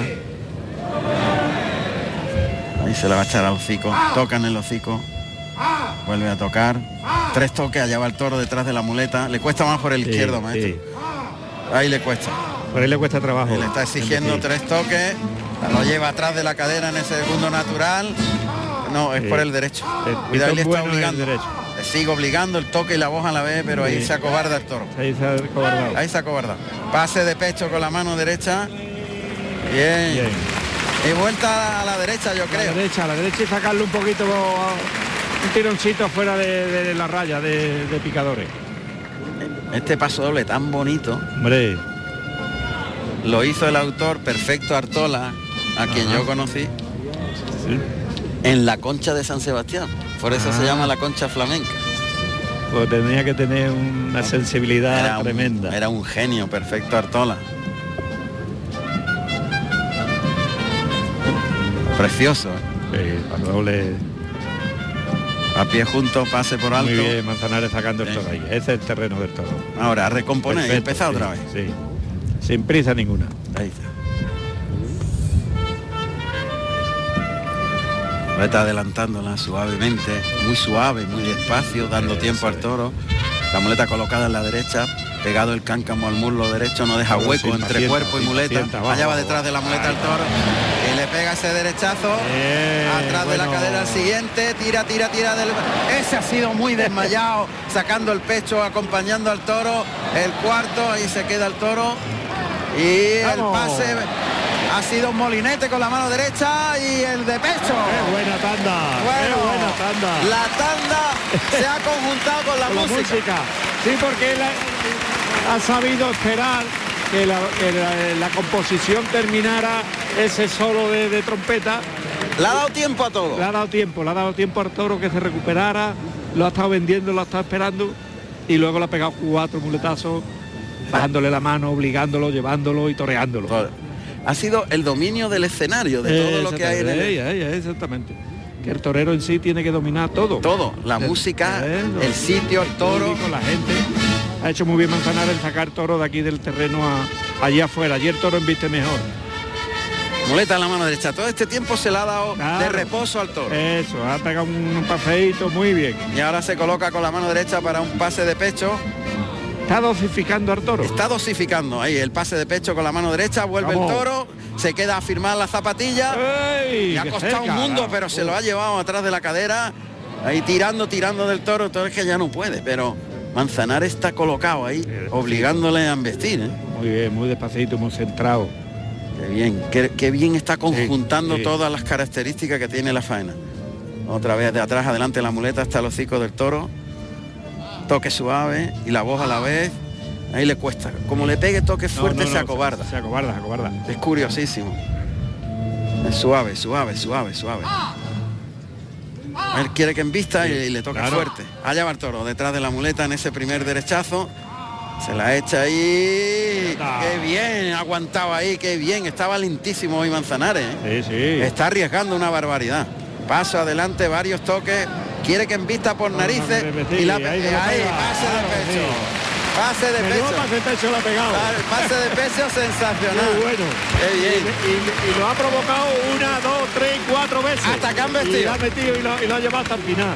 Speaker 2: Ahí se la va a echar al hocico. Tocan el hocico. Vuelve a tocar. Tres toques, allá va el toro detrás de la muleta. Le cuesta más por el
Speaker 3: Sí,
Speaker 2: izquierdo, maestro.
Speaker 3: sí.
Speaker 2: Ahí le cuesta.
Speaker 3: Por ahí le cuesta trabajo.
Speaker 2: Él está exigiendo
Speaker 3: Sí.
Speaker 2: tres toques. Lo lleva atrás de la cadera en el segundo natural. No, es
Speaker 3: Sí.
Speaker 2: por el derecho.
Speaker 3: Eh, El
Speaker 2: Cuidado, le
Speaker 3: pitón
Speaker 2: está
Speaker 3: bueno es el
Speaker 2: obligando.
Speaker 3: derecho.
Speaker 2: Le sigue obligando el toque y la voz a la vez, pero ahí
Speaker 3: Sí.
Speaker 2: se acobarda el toro.
Speaker 3: Ahí se ha cobardado.
Speaker 2: Ahí se acobarda. Pase de pecho con la mano derecha. Bien.
Speaker 3: Bien.
Speaker 2: Y vuelta a la derecha, yo
Speaker 3: A la
Speaker 2: creo.
Speaker 3: derecha, a la derecha y sacarle un poquito un tironcito fuera de, de la raya de, de picadores.
Speaker 2: Este paso doble tan bonito
Speaker 3: Hombre,
Speaker 2: lo hizo el autor Perfecto Artola, a quien yo conocí, en la concha de San Sebastián. Por eso se
Speaker 3: Ah.
Speaker 2: llama la concha flamenca.
Speaker 3: pues tenía que tener una sensibilidad
Speaker 2: un-
Speaker 3: tremenda.
Speaker 2: era un genio, perfecto Artola. Precioso. ¿eh?
Speaker 3: Sí, cuando doble,
Speaker 2: A pie junto, pase por alto.
Speaker 3: muy bien, Manzanares sacando el
Speaker 2: Sí.
Speaker 3: toro ahí. Ese es el terreno del toro.
Speaker 2: Ahora, a recomponer y
Speaker 3: Perfecto,
Speaker 2: empezar
Speaker 3: sí,
Speaker 2: otra vez.
Speaker 3: Sí. Sin prisa ninguna.
Speaker 2: Ahí está. Ahora está adelantándola suavemente, muy suave, muy despacio, dando tiempo al toro. La muleta colocada en la derecha, pegado el cáncamo al muslo derecho, no deja
Speaker 3: Ahora sí,
Speaker 2: hueco entre
Speaker 3: impacienta,
Speaker 2: cuerpo y muleta.
Speaker 3: impacienta, vamos,
Speaker 2: Allá va
Speaker 3: vamos.
Speaker 2: detrás de la muleta
Speaker 3: Ahí
Speaker 2: al toro y le pega ese derechazo.
Speaker 3: Bien,
Speaker 2: atrás de la
Speaker 3: bueno.
Speaker 2: cadera al siguiente, tira, tira, tira del... Ese ha sido muy desmayado, sacando el pecho, acompañando al toro. El cuarto, ahí se queda el toro. Y
Speaker 3: Vamos.
Speaker 2: el pase ha sido un molinete con la mano derecha y el de pecho.
Speaker 3: ¡Qué buena tanda!
Speaker 2: Bueno,
Speaker 3: ¡Qué buena tanda!
Speaker 2: la tanda se ha conjuntado con la,
Speaker 3: Con
Speaker 2: música.
Speaker 3: Sí, porque él ha, ha sabido esperar que la, que la- la composición terminara ese solo de- de trompeta
Speaker 2: Le ha dado tiempo a todo.
Speaker 3: Le ha dado tiempo, le ha dado tiempo al toro que se recuperara, lo ha estado vendiendo, lo ha estado esperando y luego le ha pegado cuatro muletazos, bajándole la mano, obligándolo, llevándolo y toreándolo.
Speaker 2: Ha sido el dominio del escenario, de todo lo que hay en el...
Speaker 3: Exactamente, ey, ey, exactamente. Que el torero en sí tiene que dominar todo.
Speaker 2: Todo, la música,
Speaker 3: Eso.
Speaker 2: el sitio, el toro.
Speaker 3: con la gente. ha hecho muy bien Manzanares en sacar toro de aquí del terreno a, allá afuera. Ayer toro en viste mejor.
Speaker 2: Muleta en la mano derecha. Todo este tiempo se la ha dado
Speaker 3: Claro. Eh.
Speaker 2: de reposo al toro.
Speaker 3: Eso, ha pegado un paseíto muy bien.
Speaker 2: Y ahora se coloca con la mano derecha para un pase de pecho.
Speaker 3: Está dosificando al toro.
Speaker 2: Está dosificando ahí el pase de pecho con la mano derecha. Vuelve
Speaker 3: Vamos.
Speaker 2: el toro. Se queda a firmar la zapatilla.
Speaker 3: ¡Ey!
Speaker 2: Le ha
Speaker 3: ¡Qué
Speaker 2: costado
Speaker 3: cerca!
Speaker 2: un mundo, pero se lo ha llevado atrás de la cadera, ahí tirando, tirando del toro, todo es que ya no puede, pero Manzanares está colocado ahí, obligándole a embestir. ¿eh?
Speaker 3: Oh, Muy bien, muy despacito, muy centrado.
Speaker 2: Qué bien, qué, qué bien está conjuntando
Speaker 3: sí.
Speaker 2: todas las características que tiene la faena. Otra vez de atrás, adelante la muleta hasta el hocico del toro, toque suave y la voz a la vez, ahí le cuesta. Como le pegue toque
Speaker 3: No,
Speaker 2: fuerte
Speaker 3: no, no,
Speaker 2: se acobarda.
Speaker 3: Se acobarda, se acobarda.
Speaker 2: Es curiosísimo. Es suave, suave, suave, suave. Él quiere que embista y, y le toca
Speaker 3: claro.
Speaker 2: fuerte. Allá va el toro, detrás de la muleta en ese primer derechazo. Se la echa ahí.
Speaker 3: está.
Speaker 2: Qué bien, aguantaba ahí, qué bien. Estaba lentísimo hoy Manzanares. ¿eh?
Speaker 3: Sí, sí.
Speaker 2: Está arriesgando una barbaridad. Paso adelante, varios toques. Quiere que embista por
Speaker 3: no,
Speaker 2: narices.
Speaker 3: no, no,
Speaker 2: y la
Speaker 3: sí, ahí
Speaker 2: ahí,
Speaker 3: se la pega,
Speaker 2: pase de
Speaker 3: claro,
Speaker 2: pecho.
Speaker 3: sí.
Speaker 2: Pase de
Speaker 3: Menudo
Speaker 2: pecho.
Speaker 3: pase de pecho la ha pegado.
Speaker 2: Claro, el pase de pecho sensacional.
Speaker 3: Muy bueno.
Speaker 2: Qué bien.
Speaker 3: Y, y- y lo ha provocado una, dos, tres, cuatro veces.
Speaker 2: Hasta que han
Speaker 3: Y
Speaker 2: vestido.
Speaker 3: lo ha metido y lo, y lo ha llevado hasta el final.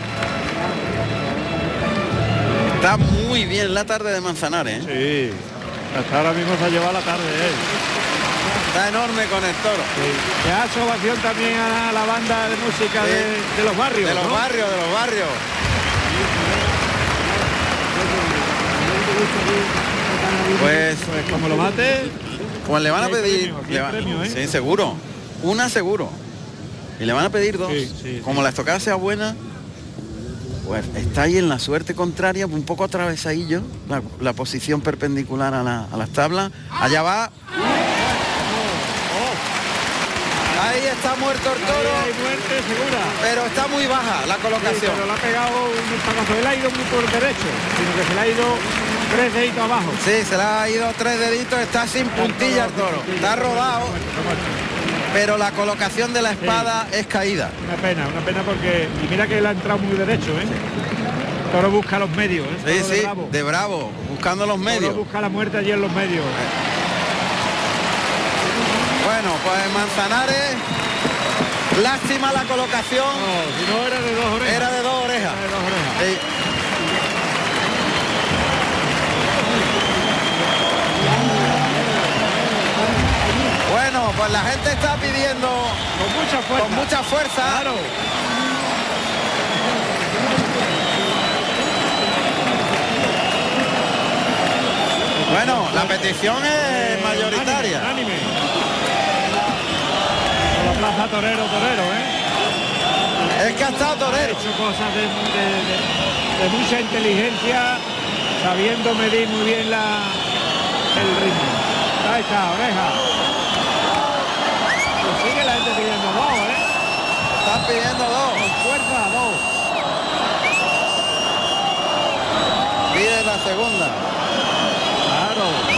Speaker 2: Está muy bien la tarde de Manzanares. ¿eh?
Speaker 3: Sí. Hasta ahora mismo se ha llevado la tarde. ¿eh?
Speaker 2: Está enorme con el toro.
Speaker 3: Sí. Le ha hecho ovación también a la banda de música
Speaker 2: Sí.
Speaker 3: de, de los barrios.
Speaker 2: De los
Speaker 3: ¿no?
Speaker 2: barrios, de los barrios. Pues,
Speaker 3: Pues como lo mate,
Speaker 2: pues le van a
Speaker 3: Aquí hay
Speaker 2: pedir.
Speaker 3: premio, aquí hay
Speaker 2: le va-
Speaker 3: premio, ¿eh?
Speaker 2: Sí, seguro. Una seguro. Y le van a pedir dos.
Speaker 3: Sí, sí,
Speaker 2: Como la estocada sea buena, pues está ahí en la suerte contraria, un poco atravesadillo, la, la posición perpendicular a, la- a las tablas. Allá va. Ahí está muerto el
Speaker 3: ahí
Speaker 2: toro.
Speaker 3: hay muerte segura.
Speaker 2: Pero está muy baja la
Speaker 3: Sí,
Speaker 2: colocación.
Speaker 3: pero lo ha pegado un espadazo. Él ha ido muy por derecho, sino que se le ha ido tres deditos abajo.
Speaker 2: Sí, se le ha ido tres deditos, está sin puntilla el toro. Está rodado, pero la colocación de la espada es caída.
Speaker 3: Una pena, una pena porque. Y mira que él ha entrado muy derecho, ¿eh? El Toro busca los medios, ¿eh?
Speaker 2: Sí,
Speaker 3: Toro de
Speaker 2: sí,
Speaker 3: Bravo.
Speaker 2: de bravo, buscando los
Speaker 3: Toro
Speaker 2: medios. Eh.
Speaker 3: busca la muerte allí en los medios.
Speaker 2: Bueno, pues Manzanares, lástima la colocación,
Speaker 3: No, si no era de dos orejas.
Speaker 2: era de dos orejas.
Speaker 3: Era de dos orejas.
Speaker 2: Sí. Bueno, pues la gente está pidiendo
Speaker 3: Con mucha fuerza.
Speaker 2: con mucha fuerza
Speaker 3: Claro.
Speaker 2: Bueno, la petición
Speaker 3: Eh,
Speaker 2: es mayoritaria.
Speaker 3: Anime. Por la plaza torero, torero, ¿eh?
Speaker 2: Es que ha estado
Speaker 3: Ha
Speaker 2: torero.
Speaker 3: hecho cosas de, de- de- de mucha inteligencia, sabiendo medir muy bien la, el ritmo. Ahí está, oreja. Pues sigue la gente pidiendo dos, ¿eh?
Speaker 2: Están pidiendo dos.
Speaker 3: Con fuerza, dos.
Speaker 2: Pide la segunda.
Speaker 3: Claro.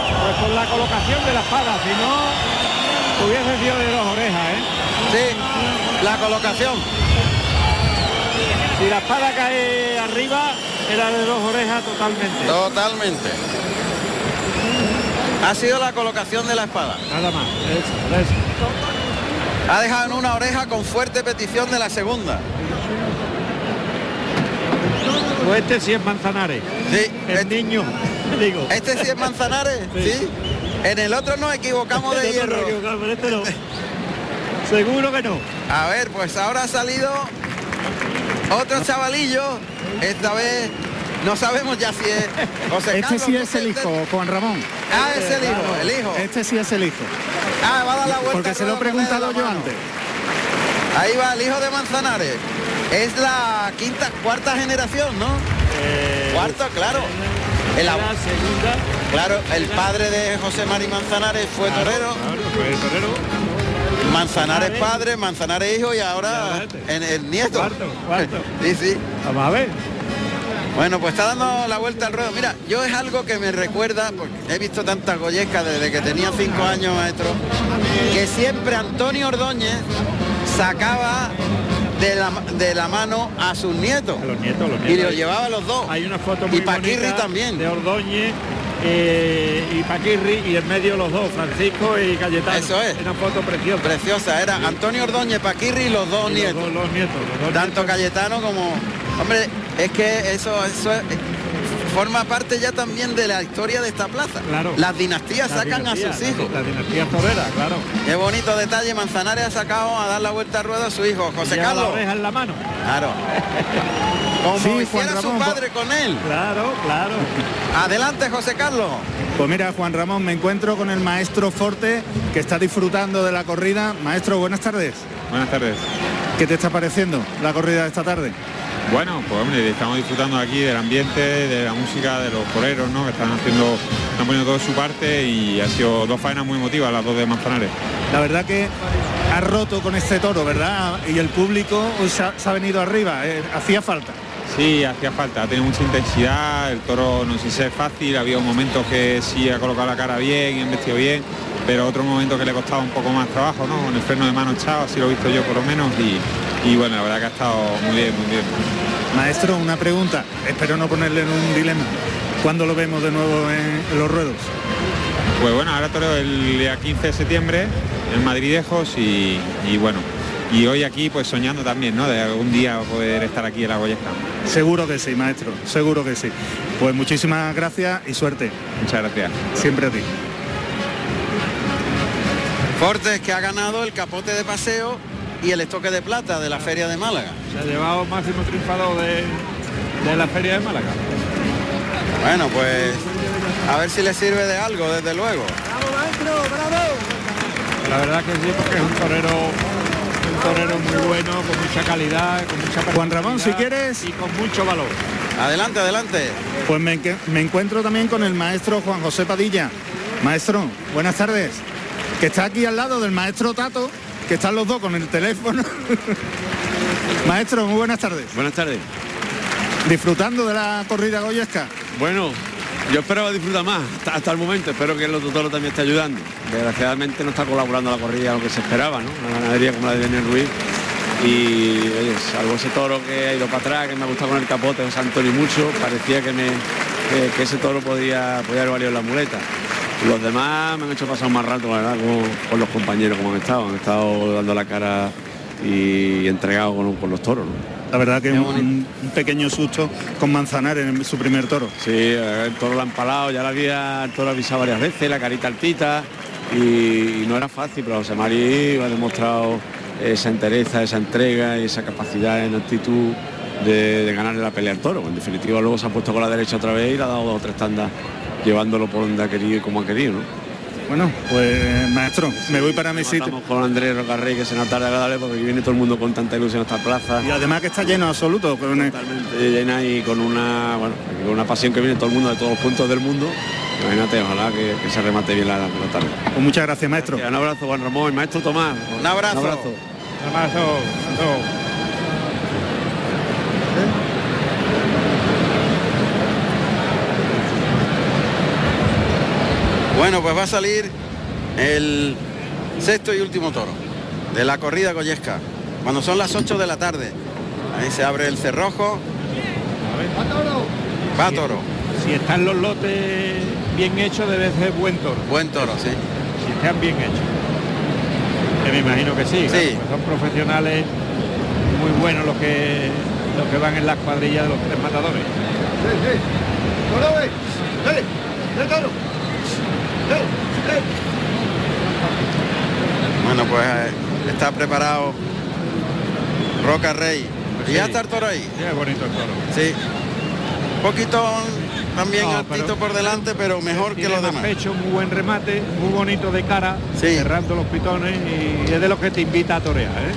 Speaker 3: Pues con la colocación de la espada, si no, hubiese sido de dos orejas, ¿eh?
Speaker 2: Sí, la colocación.
Speaker 3: Si la espada cae arriba, era de dos orejas totalmente.
Speaker 2: Totalmente. Ha sido la colocación de la espada.
Speaker 3: Nada más. Eso, eso.
Speaker 2: Ha dejado en una oreja con fuerte petición de la segunda.
Speaker 3: Pues este sí es Manzanares.
Speaker 2: Sí,
Speaker 3: El
Speaker 2: este,
Speaker 3: niño, digo.
Speaker 2: este sí es Manzanares, sí. En el otro nos equivocamos de
Speaker 3: Este otro
Speaker 2: hierro.
Speaker 3: rollo, claro, pero este no. Seguro que no.
Speaker 2: A ver, pues ahora ha salido otro chavalillo. Esta vez no sabemos ya si es José
Speaker 1: Este
Speaker 2: Carlos,
Speaker 1: sí es
Speaker 2: José-
Speaker 1: el hijo, Juan Ramón.
Speaker 2: Ah, es
Speaker 3: Eh,
Speaker 2: el hijo, el hijo.
Speaker 1: Este sí es el hijo.
Speaker 2: Ah, va a dar la vuelta.
Speaker 1: Porque se lo he
Speaker 2: rueda con él en la
Speaker 1: preguntado yo
Speaker 2: mano.
Speaker 1: antes.
Speaker 2: Ahí va el hijo de Manzanares. Es la quinta, cuarta generación, ¿no? Cuarta, claro. El, ab-
Speaker 3: Eh, La segunda.
Speaker 2: claro, el padre de José Mari Manzanares fue torero.
Speaker 3: Claro, fue el torero.
Speaker 2: Manzanares
Speaker 3: Manzanares.
Speaker 2: padre, Manzanares hijo y
Speaker 3: Y ahora
Speaker 2: ahora
Speaker 3: este.
Speaker 2: en el nieto.
Speaker 3: Cuarto, cuarto.
Speaker 2: Sí, sí.
Speaker 3: Vamos a ver.
Speaker 2: Bueno, pues está dando la vuelta al ruedo. Mira, yo es algo que me recuerda, porque he visto tantas goyescas desde que tenía cinco años, maestro, que siempre Antonio Ordóñez sacaba de la, de la mano a sus nietos.
Speaker 3: A los nietos, a los
Speaker 2: Y
Speaker 3: nietos.
Speaker 2: los llevaba a los dos.
Speaker 3: Hay una foto muy
Speaker 2: Y Paquirri
Speaker 3: bonita
Speaker 2: también.
Speaker 3: De Ordóñez eh, y Paquirri y en medio los dos, Francisco y Cayetano.
Speaker 2: Eso es.
Speaker 3: Una foto preciosa.
Speaker 2: Preciosa, era Antonio Ordóñez, Paquirri y los dos
Speaker 3: Y
Speaker 2: nietos.
Speaker 3: Los dos, los nietos. los dos
Speaker 2: tanto Cayetano como hombre es que eso eso es- forma parte ya también de la historia de esta plaza
Speaker 3: Claro.
Speaker 2: las dinastías
Speaker 3: nietos. La
Speaker 2: sacan
Speaker 3: dinastía,
Speaker 2: a sus hijos
Speaker 3: La, la dinastía torera, claro.
Speaker 2: qué bonito detalle manzanares ha sacado a dar la vuelta al ruedo a su hijo José
Speaker 3: Lleva la
Speaker 2: Carlos
Speaker 3: oreja en la mano.
Speaker 2: claro como
Speaker 1: Sí, Juan
Speaker 2: hiciera su
Speaker 1: Ramón,
Speaker 2: padre con él
Speaker 3: Claro, claro.
Speaker 2: adelante José Carlos
Speaker 1: Pues mira, Juan Ramón, me encuentro con el maestro Forte que está disfrutando de la corrida. Maestro, buenas tardes.
Speaker 8: Buenas tardes.
Speaker 1: ¿Qué te está pareciendo la corrida de esta tarde?
Speaker 8: Bueno, pues hombre, estamos disfrutando aquí del ambiente, de la música, de los coreros, ¿no? Que están haciendo, están poniendo todo su parte y ha sido dos faenas muy emotivas las dos de Manzanares.
Speaker 1: La verdad que ha roto con este toro, ¿verdad? Y el público hoy se ha, se ha venido arriba, eh, hacía falta.
Speaker 8: Sí, hacía falta, ha tenido mucha intensidad, el toro no sé si es fácil, había momentos que sí ha colocado la cara bien y ha vestido bien, pero otro momento que le costaba un poco más trabajo, ¿no? Con el freno de mano echado, así lo he visto yo por lo menos, y, y bueno, la verdad que ha estado muy bien, muy bien.
Speaker 1: Maestro, una pregunta, espero no ponerle en un dilema. ¿Cuándo lo vemos de nuevo en los ruedos?
Speaker 8: Pues bueno, ahora toreo el día 15 de septiembre en Madridejos y, y bueno, y hoy aquí pues soñando también, ¿no? De algún día poder estar aquí en la Goyesca.
Speaker 1: Seguro que sí, maestro, seguro que sí. Pues muchísimas gracias y suerte,
Speaker 8: Muchas gracias.
Speaker 1: siempre a ti.
Speaker 2: Fortes que ha ganado el capote de paseo y el estoque de plata de la feria de Málaga
Speaker 3: Se ha llevado máximo triunfador de, de la feria de Málaga.
Speaker 2: bueno pues a ver si le sirve de algo desde luego
Speaker 3: La verdad que sí, porque es un torero, un torero muy bueno, con mucha calidad, con mucha
Speaker 1: Juan Ramón,
Speaker 3: personalidad
Speaker 1: si quieres.
Speaker 3: Y con mucho valor.
Speaker 2: adelante adelante
Speaker 1: Pues me, enque- me encuentro también con el maestro Juan José Padilla. Maestro, buenas tardes. Que está aquí al lado del maestro Tato, que están los dos con el teléfono. maestro, muy buenas tardes.
Speaker 9: Buenas tardes.
Speaker 1: Disfrutando de la corrida goyesca.
Speaker 9: Bueno, yo esperaba disfrutar más hasta, hasta el momento. Espero que el otro toro también esté ayudando. Desgraciadamente no está colaborando la corrida lo que se esperaba, ¿no? La ganadería como la de Daniel Ruiz. Y oye, salvo ese toro que ha ido para atrás, que me ha gustado con el capote de Antonio mucho, parecía que, me, que, que ese toro podía, podía haber valido la muleta. Los demás me han hecho pasar un mal rato, la verdad, con, con los compañeros como han estado. Han estado dando la cara y entregados con, con los toros. ¿no?
Speaker 1: La verdad que un, un pequeño susto con Manzanar en su primer toro.
Speaker 9: Sí, el toro lo ha empalado, ya la había el toro avisado varias veces, la carita altita y, y no era fácil, pero José Mari ha demostrado esa entereza, esa entrega y esa capacidad en actitud de, de ganarle la pelea al toro. En definitiva luego se ha puesto con la derecha otra vez y le ha dado dos o tres tandas llevándolo por donde ha querido y como ha querido. ¿no?
Speaker 1: Bueno, pues maestro, me voy para mi sitio.
Speaker 9: Estamos con Andrés Rocarrey que se nos tarda agradable porque aquí viene todo el mundo con tanta ilusión a esta plaza.
Speaker 1: Y además que está lleno absoluto. con el-
Speaker 9: totalmente llena y con una bueno, con una pasión que viene todo el mundo de todos los puntos del mundo. Imagínate, ojalá que, que se remate bien la, la tarde.
Speaker 1: Pues muchas gracias, maestro.
Speaker 9: Un abrazo, Juan Ramón, maestro Tomás.
Speaker 2: Un abrazo.
Speaker 3: Además, eso- eso-
Speaker 2: Bueno, pues va a salir el sexto y último toro de la corrida goyesca. Cuando son las 8 de la tarde. Ahí se abre el cerrojo. Va toro.
Speaker 3: si están los lotes bien hechos, debe ser buen toro.
Speaker 2: Buen toro, sí.
Speaker 3: Si están bien hechos. Que me imagino que sí.
Speaker 2: Sí.
Speaker 3: claro, porque son profesionales muy buenos los que los que van en las cuadrillas de los tres matadores.
Speaker 2: Bueno, pues eh, está preparado Roca Rey. Y ya está el toro ahí.
Speaker 3: Pues Sí, es bonito el toro.
Speaker 2: Sí. Un poquito también
Speaker 3: No,
Speaker 2: altito
Speaker 3: pero-
Speaker 2: por delante, pero mejor que
Speaker 3: Tiene
Speaker 2: los
Speaker 3: más
Speaker 2: demás.
Speaker 3: pecho, muy buen remate, muy bonito de cara,
Speaker 2: Sí.
Speaker 3: cerrando los pitones y es de los que te invita a torear. ¿eh?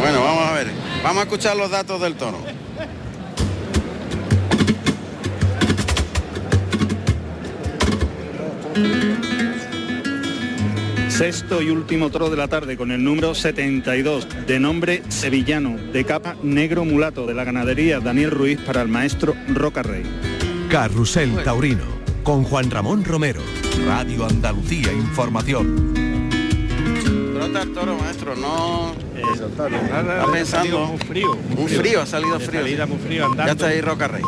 Speaker 2: Bueno, vamos a ver. Vamos a escuchar los datos del toro.
Speaker 1: Sexto y último toro de la tarde con el número 72, de nombre sevillano, de capa negro mulato de la ganadería Daniel Ruiz para el maestro Roca Rey.
Speaker 6: Carrusel Taurino con Juan Ramón Romero. Radio Andalucía Información.
Speaker 2: Trota el toro, maestro, no.
Speaker 3: Está
Speaker 2: pensando.
Speaker 3: muy frío.
Speaker 2: Un frío, ha salido
Speaker 3: De
Speaker 2: frío.
Speaker 3: salida
Speaker 2: sí.
Speaker 3: muy frío, andando.
Speaker 2: Ya está ahí Roca Rey.